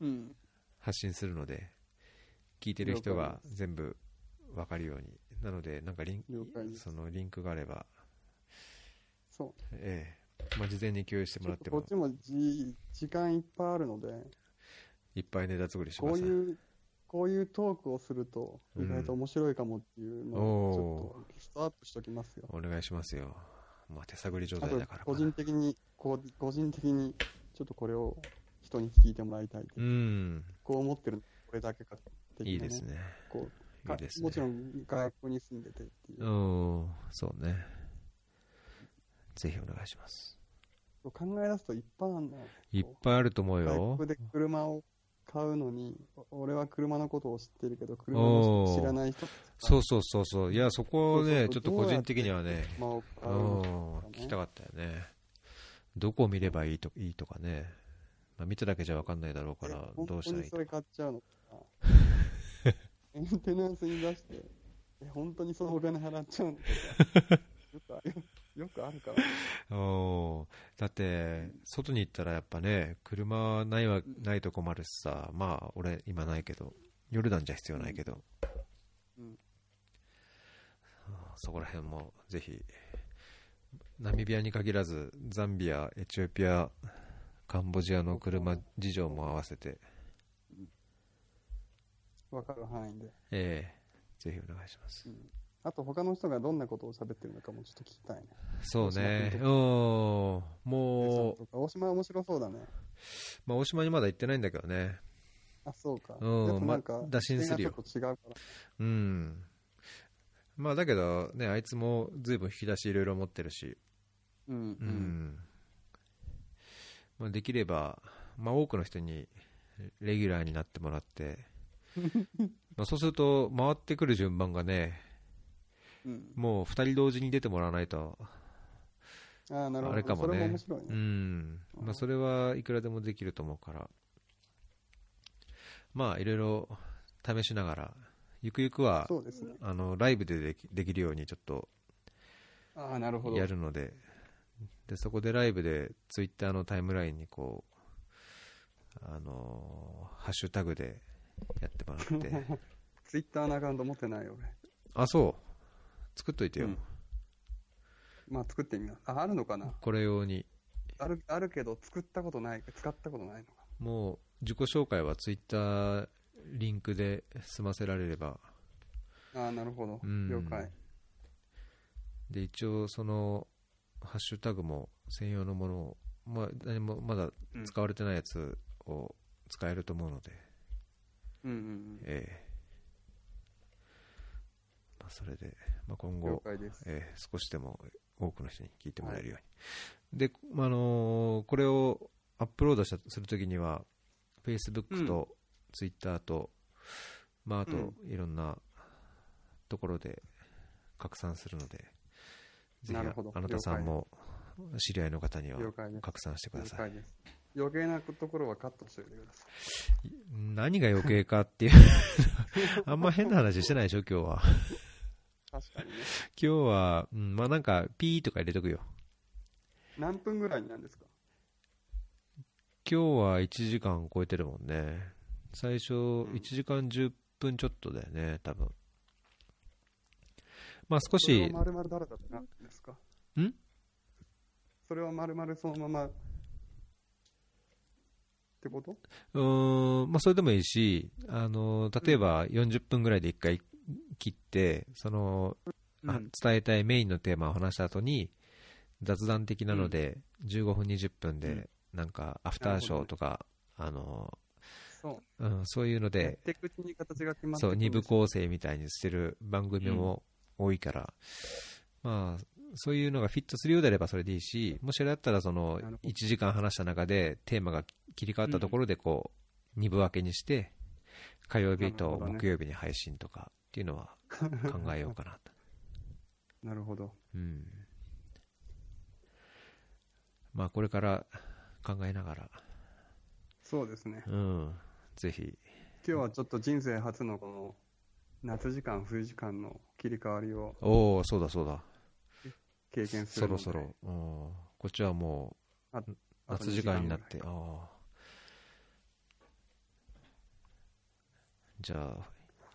S2: うん。
S1: 発信するので聞いてる人
S2: 了
S1: が
S2: 解で
S1: 全部わかるようになのでなんかリン
S2: 了解です
S1: そのリンクがあれば、
S2: そ
S1: ええまあ、事前に共有して
S2: う。
S1: もらっ
S2: ち
S1: て
S2: ょっ
S1: も
S2: とこっちもじ時間いっぱいあるので、
S1: いっぱいネタ作りし
S2: こ
S1: ま
S2: う
S1: すね
S2: いう、こういうトークをすると、
S1: うん
S2: 意外と面白いかもっていうのを、ちょっとリストアップしときますよ。
S1: お願いしますよ、まあ、手探り状
S2: あ
S1: 態
S2: と
S1: だから、
S2: 個
S1: まだ
S2: 人的に、こう個人的に、ちょっとこれを人に聞いてもらいたいというう。
S1: ん
S2: こう思ってるのこれだけか的な、
S1: いいですね
S2: こう
S1: い
S2: か
S1: いですね
S2: もちろん外国に住んでてっていう。
S1: うん、そうね。ぜひお願いします。
S2: 考え出すといっぱいあるんだよ。
S1: いっぱいあると思う
S2: 外
S1: よ
S2: 国。で車を買うのに、お俺は車のことを知ってるけど、車を知知らない人
S1: そうそうそうそう。いや、そこをね、
S2: そう
S1: ちょ
S2: そ
S1: っ
S2: う
S1: と個人的にはね、
S2: 車を
S1: う、
S2: 買うんの
S1: 聞きたかったよね。どこを見ればいいといいとかね。まあ、見ただけじゃ分かんないだろうか
S2: え
S1: ら、
S2: 本
S1: どうし
S2: 当
S1: たら
S2: に
S1: いい
S2: それ買っちゃうのかな。 メンテナンスに出して、え本当にそのお金払っちゃうのか なよくあるよくあるから。
S1: おーだって、外に行ったらやっぱね、車ないはないと困るしさ、まあ、俺、今ないけど、ヨルダンじゃ必要ないけど、
S2: うん
S1: そこら辺もぜひ、ナミビアに限らず、ザンビア、エチオピア、カンボジアの車事情も合わせて、
S2: わかる範囲で。
S1: ええぜひお願いします。
S2: あと他の人がどんなことを喋ってるのかもちょっと聞きたいね。
S1: そうね、うん、もう、
S2: 大島面白そうだね。
S1: まあ、大島にまだ行ってないんだけどね、
S2: あ、そうか。
S1: うん
S2: やっぱなん
S1: ま
S2: か、
S1: 打診するよ
S2: 視点がちょっと違うか
S1: うん。まあだけどね、あいつも随分引き出しいろいろ持ってるし、
S2: ら。うん。
S1: うん。まあ、できれば、まあ多くの人にレギュラーになってもら って、まあそうすると回ってくる順番がね、
S2: うん。
S1: もう2人同時に出てもらわないと、
S2: ああ、なるほど。
S1: あれかもね
S2: それも面白いね。
S1: うん。まあそれはいくらでもできると思うから、まあいろいろ試しながら、ゆくゆくは、
S2: そうですね。
S1: あのライブでできできるようにちょっと
S2: ああ、なるほど。
S1: やるのででそこでライブでツイッターのタイムラインにこうあのーハッシュタグでやってもらって
S2: ツイッターのアカウント持ってないよ、俺。
S1: あそう作っといてよ、
S2: うんまあ、作ってみます。あ、あるのかな
S1: これ用に
S2: ある、あるけど、作ったことない、使ったことないのか。
S1: もう自己紹介はツイッターリンクで済ませられれば
S2: ああ、なるほど。
S1: うん
S2: 了解。
S1: で一応そのハッシュタグも専用のものを、まあ、何もまだ
S2: うん
S1: 使われてないやつを使えると思うので、
S2: うんうん
S1: ええまあ、それで、まあ、今
S2: うん。了
S1: 後、
S2: 解です。
S1: ええ少しでも多くの人に聞いてもらえるように、で、まああのーこれをアップロードしたするときには Facebook と Twitter と、まあ、あといろんなところで拡散するので、ぜ
S2: なる
S1: ひ
S2: ほど
S1: あなたさんも知り合いの方には
S2: 了解です
S1: 拡散してくだ
S2: 了
S1: さい
S2: 解です。余計なところはカットしておいてください。
S1: 何が余計かっていう あんま変な話してないでしょ今日は
S2: 確かにね。
S1: 今日は、うん、まあなんか、ピーとか入れとくよ。
S2: 何分ぐらいなんですか
S1: 今日は1時間超えてるもんね。最初、
S2: ん
S1: 1時間10分ちょっとだよね、多分。まあ少
S2: それは
S1: し、
S2: 丸々誰だったんですか
S1: ん
S2: それは丸々そのままってこと
S1: うーん、まあそれでもいいし、あの、例えば40分ぐらいで1回切って、その、あ
S2: うん
S1: 伝えたいメインのテーマを話した後に、雑談的なので、15分、20分
S2: う
S1: で
S2: ん、
S1: なんか、アフターショーとか、あの、、
S2: そう
S1: うん、そういうの
S2: やっ
S1: で、
S2: ていくうちに形が決まって
S1: そう、
S2: くる
S1: 二部構成みたいにしてる番組も多いから、まあ、そういうのがフィットするようであればそれでいいし、もしあれだったら、その
S2: なるほ、ど
S1: 1時間話した中でテーマが切り替わったところで、こう、二部分けにして、火曜日
S2: な
S1: と
S2: るほどね
S1: 木曜日に配信とかっていうのは考えようか なと。
S2: なるほど。
S1: うん。まあ、これから考えながら、
S2: そうですね。
S1: うん、ぜひ、
S2: 今日はちょっと人生初のこの夏時間、冬時間の切り替わりを
S1: おお、そうだそうだ。
S2: 経験す
S1: そ
S2: るの
S1: ろ
S2: で。
S1: そろ、うん、こっちはも
S2: あ
S1: う
S2: あと
S1: 夏時間になってああじゃあ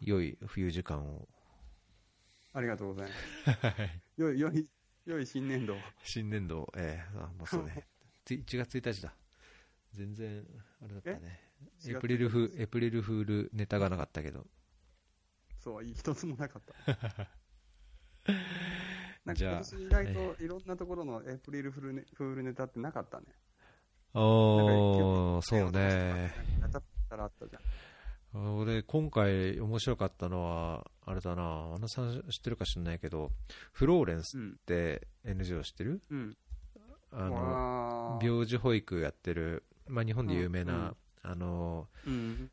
S1: 良い冬時間を
S2: ありがとうございます。良い、良い、良い新年度を。
S1: 新年度ええあまあそう ねつい1月1日だ全然あれだったね
S2: え
S1: エプリルフエプリルフールネタがなかったけど
S2: そう、一つもなかった。 なん
S1: じ
S2: か
S1: ゃあ
S2: 今年意外といろんなところのエイプリルフールネフールネタってなかったね。
S1: ああそ
S2: な
S1: うん
S2: か
S1: ね。
S2: ガチャったらあったじゃん。
S1: 俺、今回面白かったのは、あれだな、あのさん知ってるか知んないけど、フローレンスって NGO 知ってる、
S2: うん。
S1: あの、
S2: わー
S1: 病児保育やってる、まあ日本で有名
S2: うんう、
S1: なんあの、
S2: うん。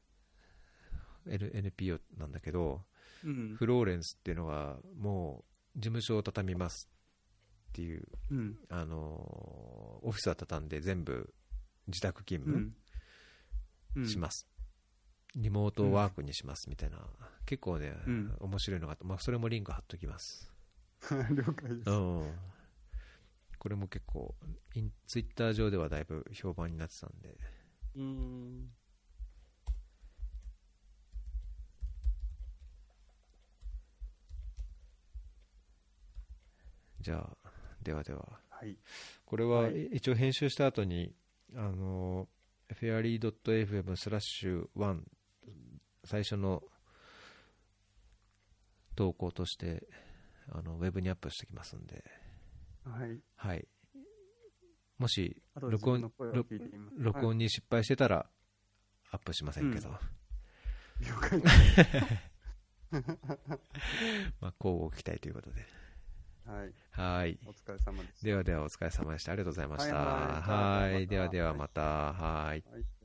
S1: L- NPO なんだけど、
S2: うん。
S1: フローレンスっていうのが、もう、事務所を畳みますっていう、
S2: うん。
S1: あの、オフィスは畳んで全部自宅勤務、
S2: うん。
S1: します、リモートワークにしますみたいな、結構ね、
S2: うん
S1: 面白いのがあって、まあ、それもリンク貼っときます、
S2: す。 了解です
S1: う。ん、これも結構インツイッター上ではだいぶ評判になってたんで
S2: うん。
S1: じゃあではでは
S2: はい。
S1: これは
S2: はい
S1: 一応編集した後にあのフェアリー .fm スラッシュ1最初の投稿としてあのウェブにアップしてきますんで
S2: はい。
S1: はい。もし、
S2: あとで
S1: 録
S2: 自分の
S1: 音、
S2: 声を聞いてみます
S1: 録音に失敗してたら、アップしませんけ ど、
S2: 了解です。
S1: まあ、交互期待ということで。
S2: はい。
S1: はい。
S2: お疲れ様です。
S1: ではでは、お疲れ様でした。ありがとうございました。
S2: はいはい
S1: はい。ではでは、また。はい。
S2: はい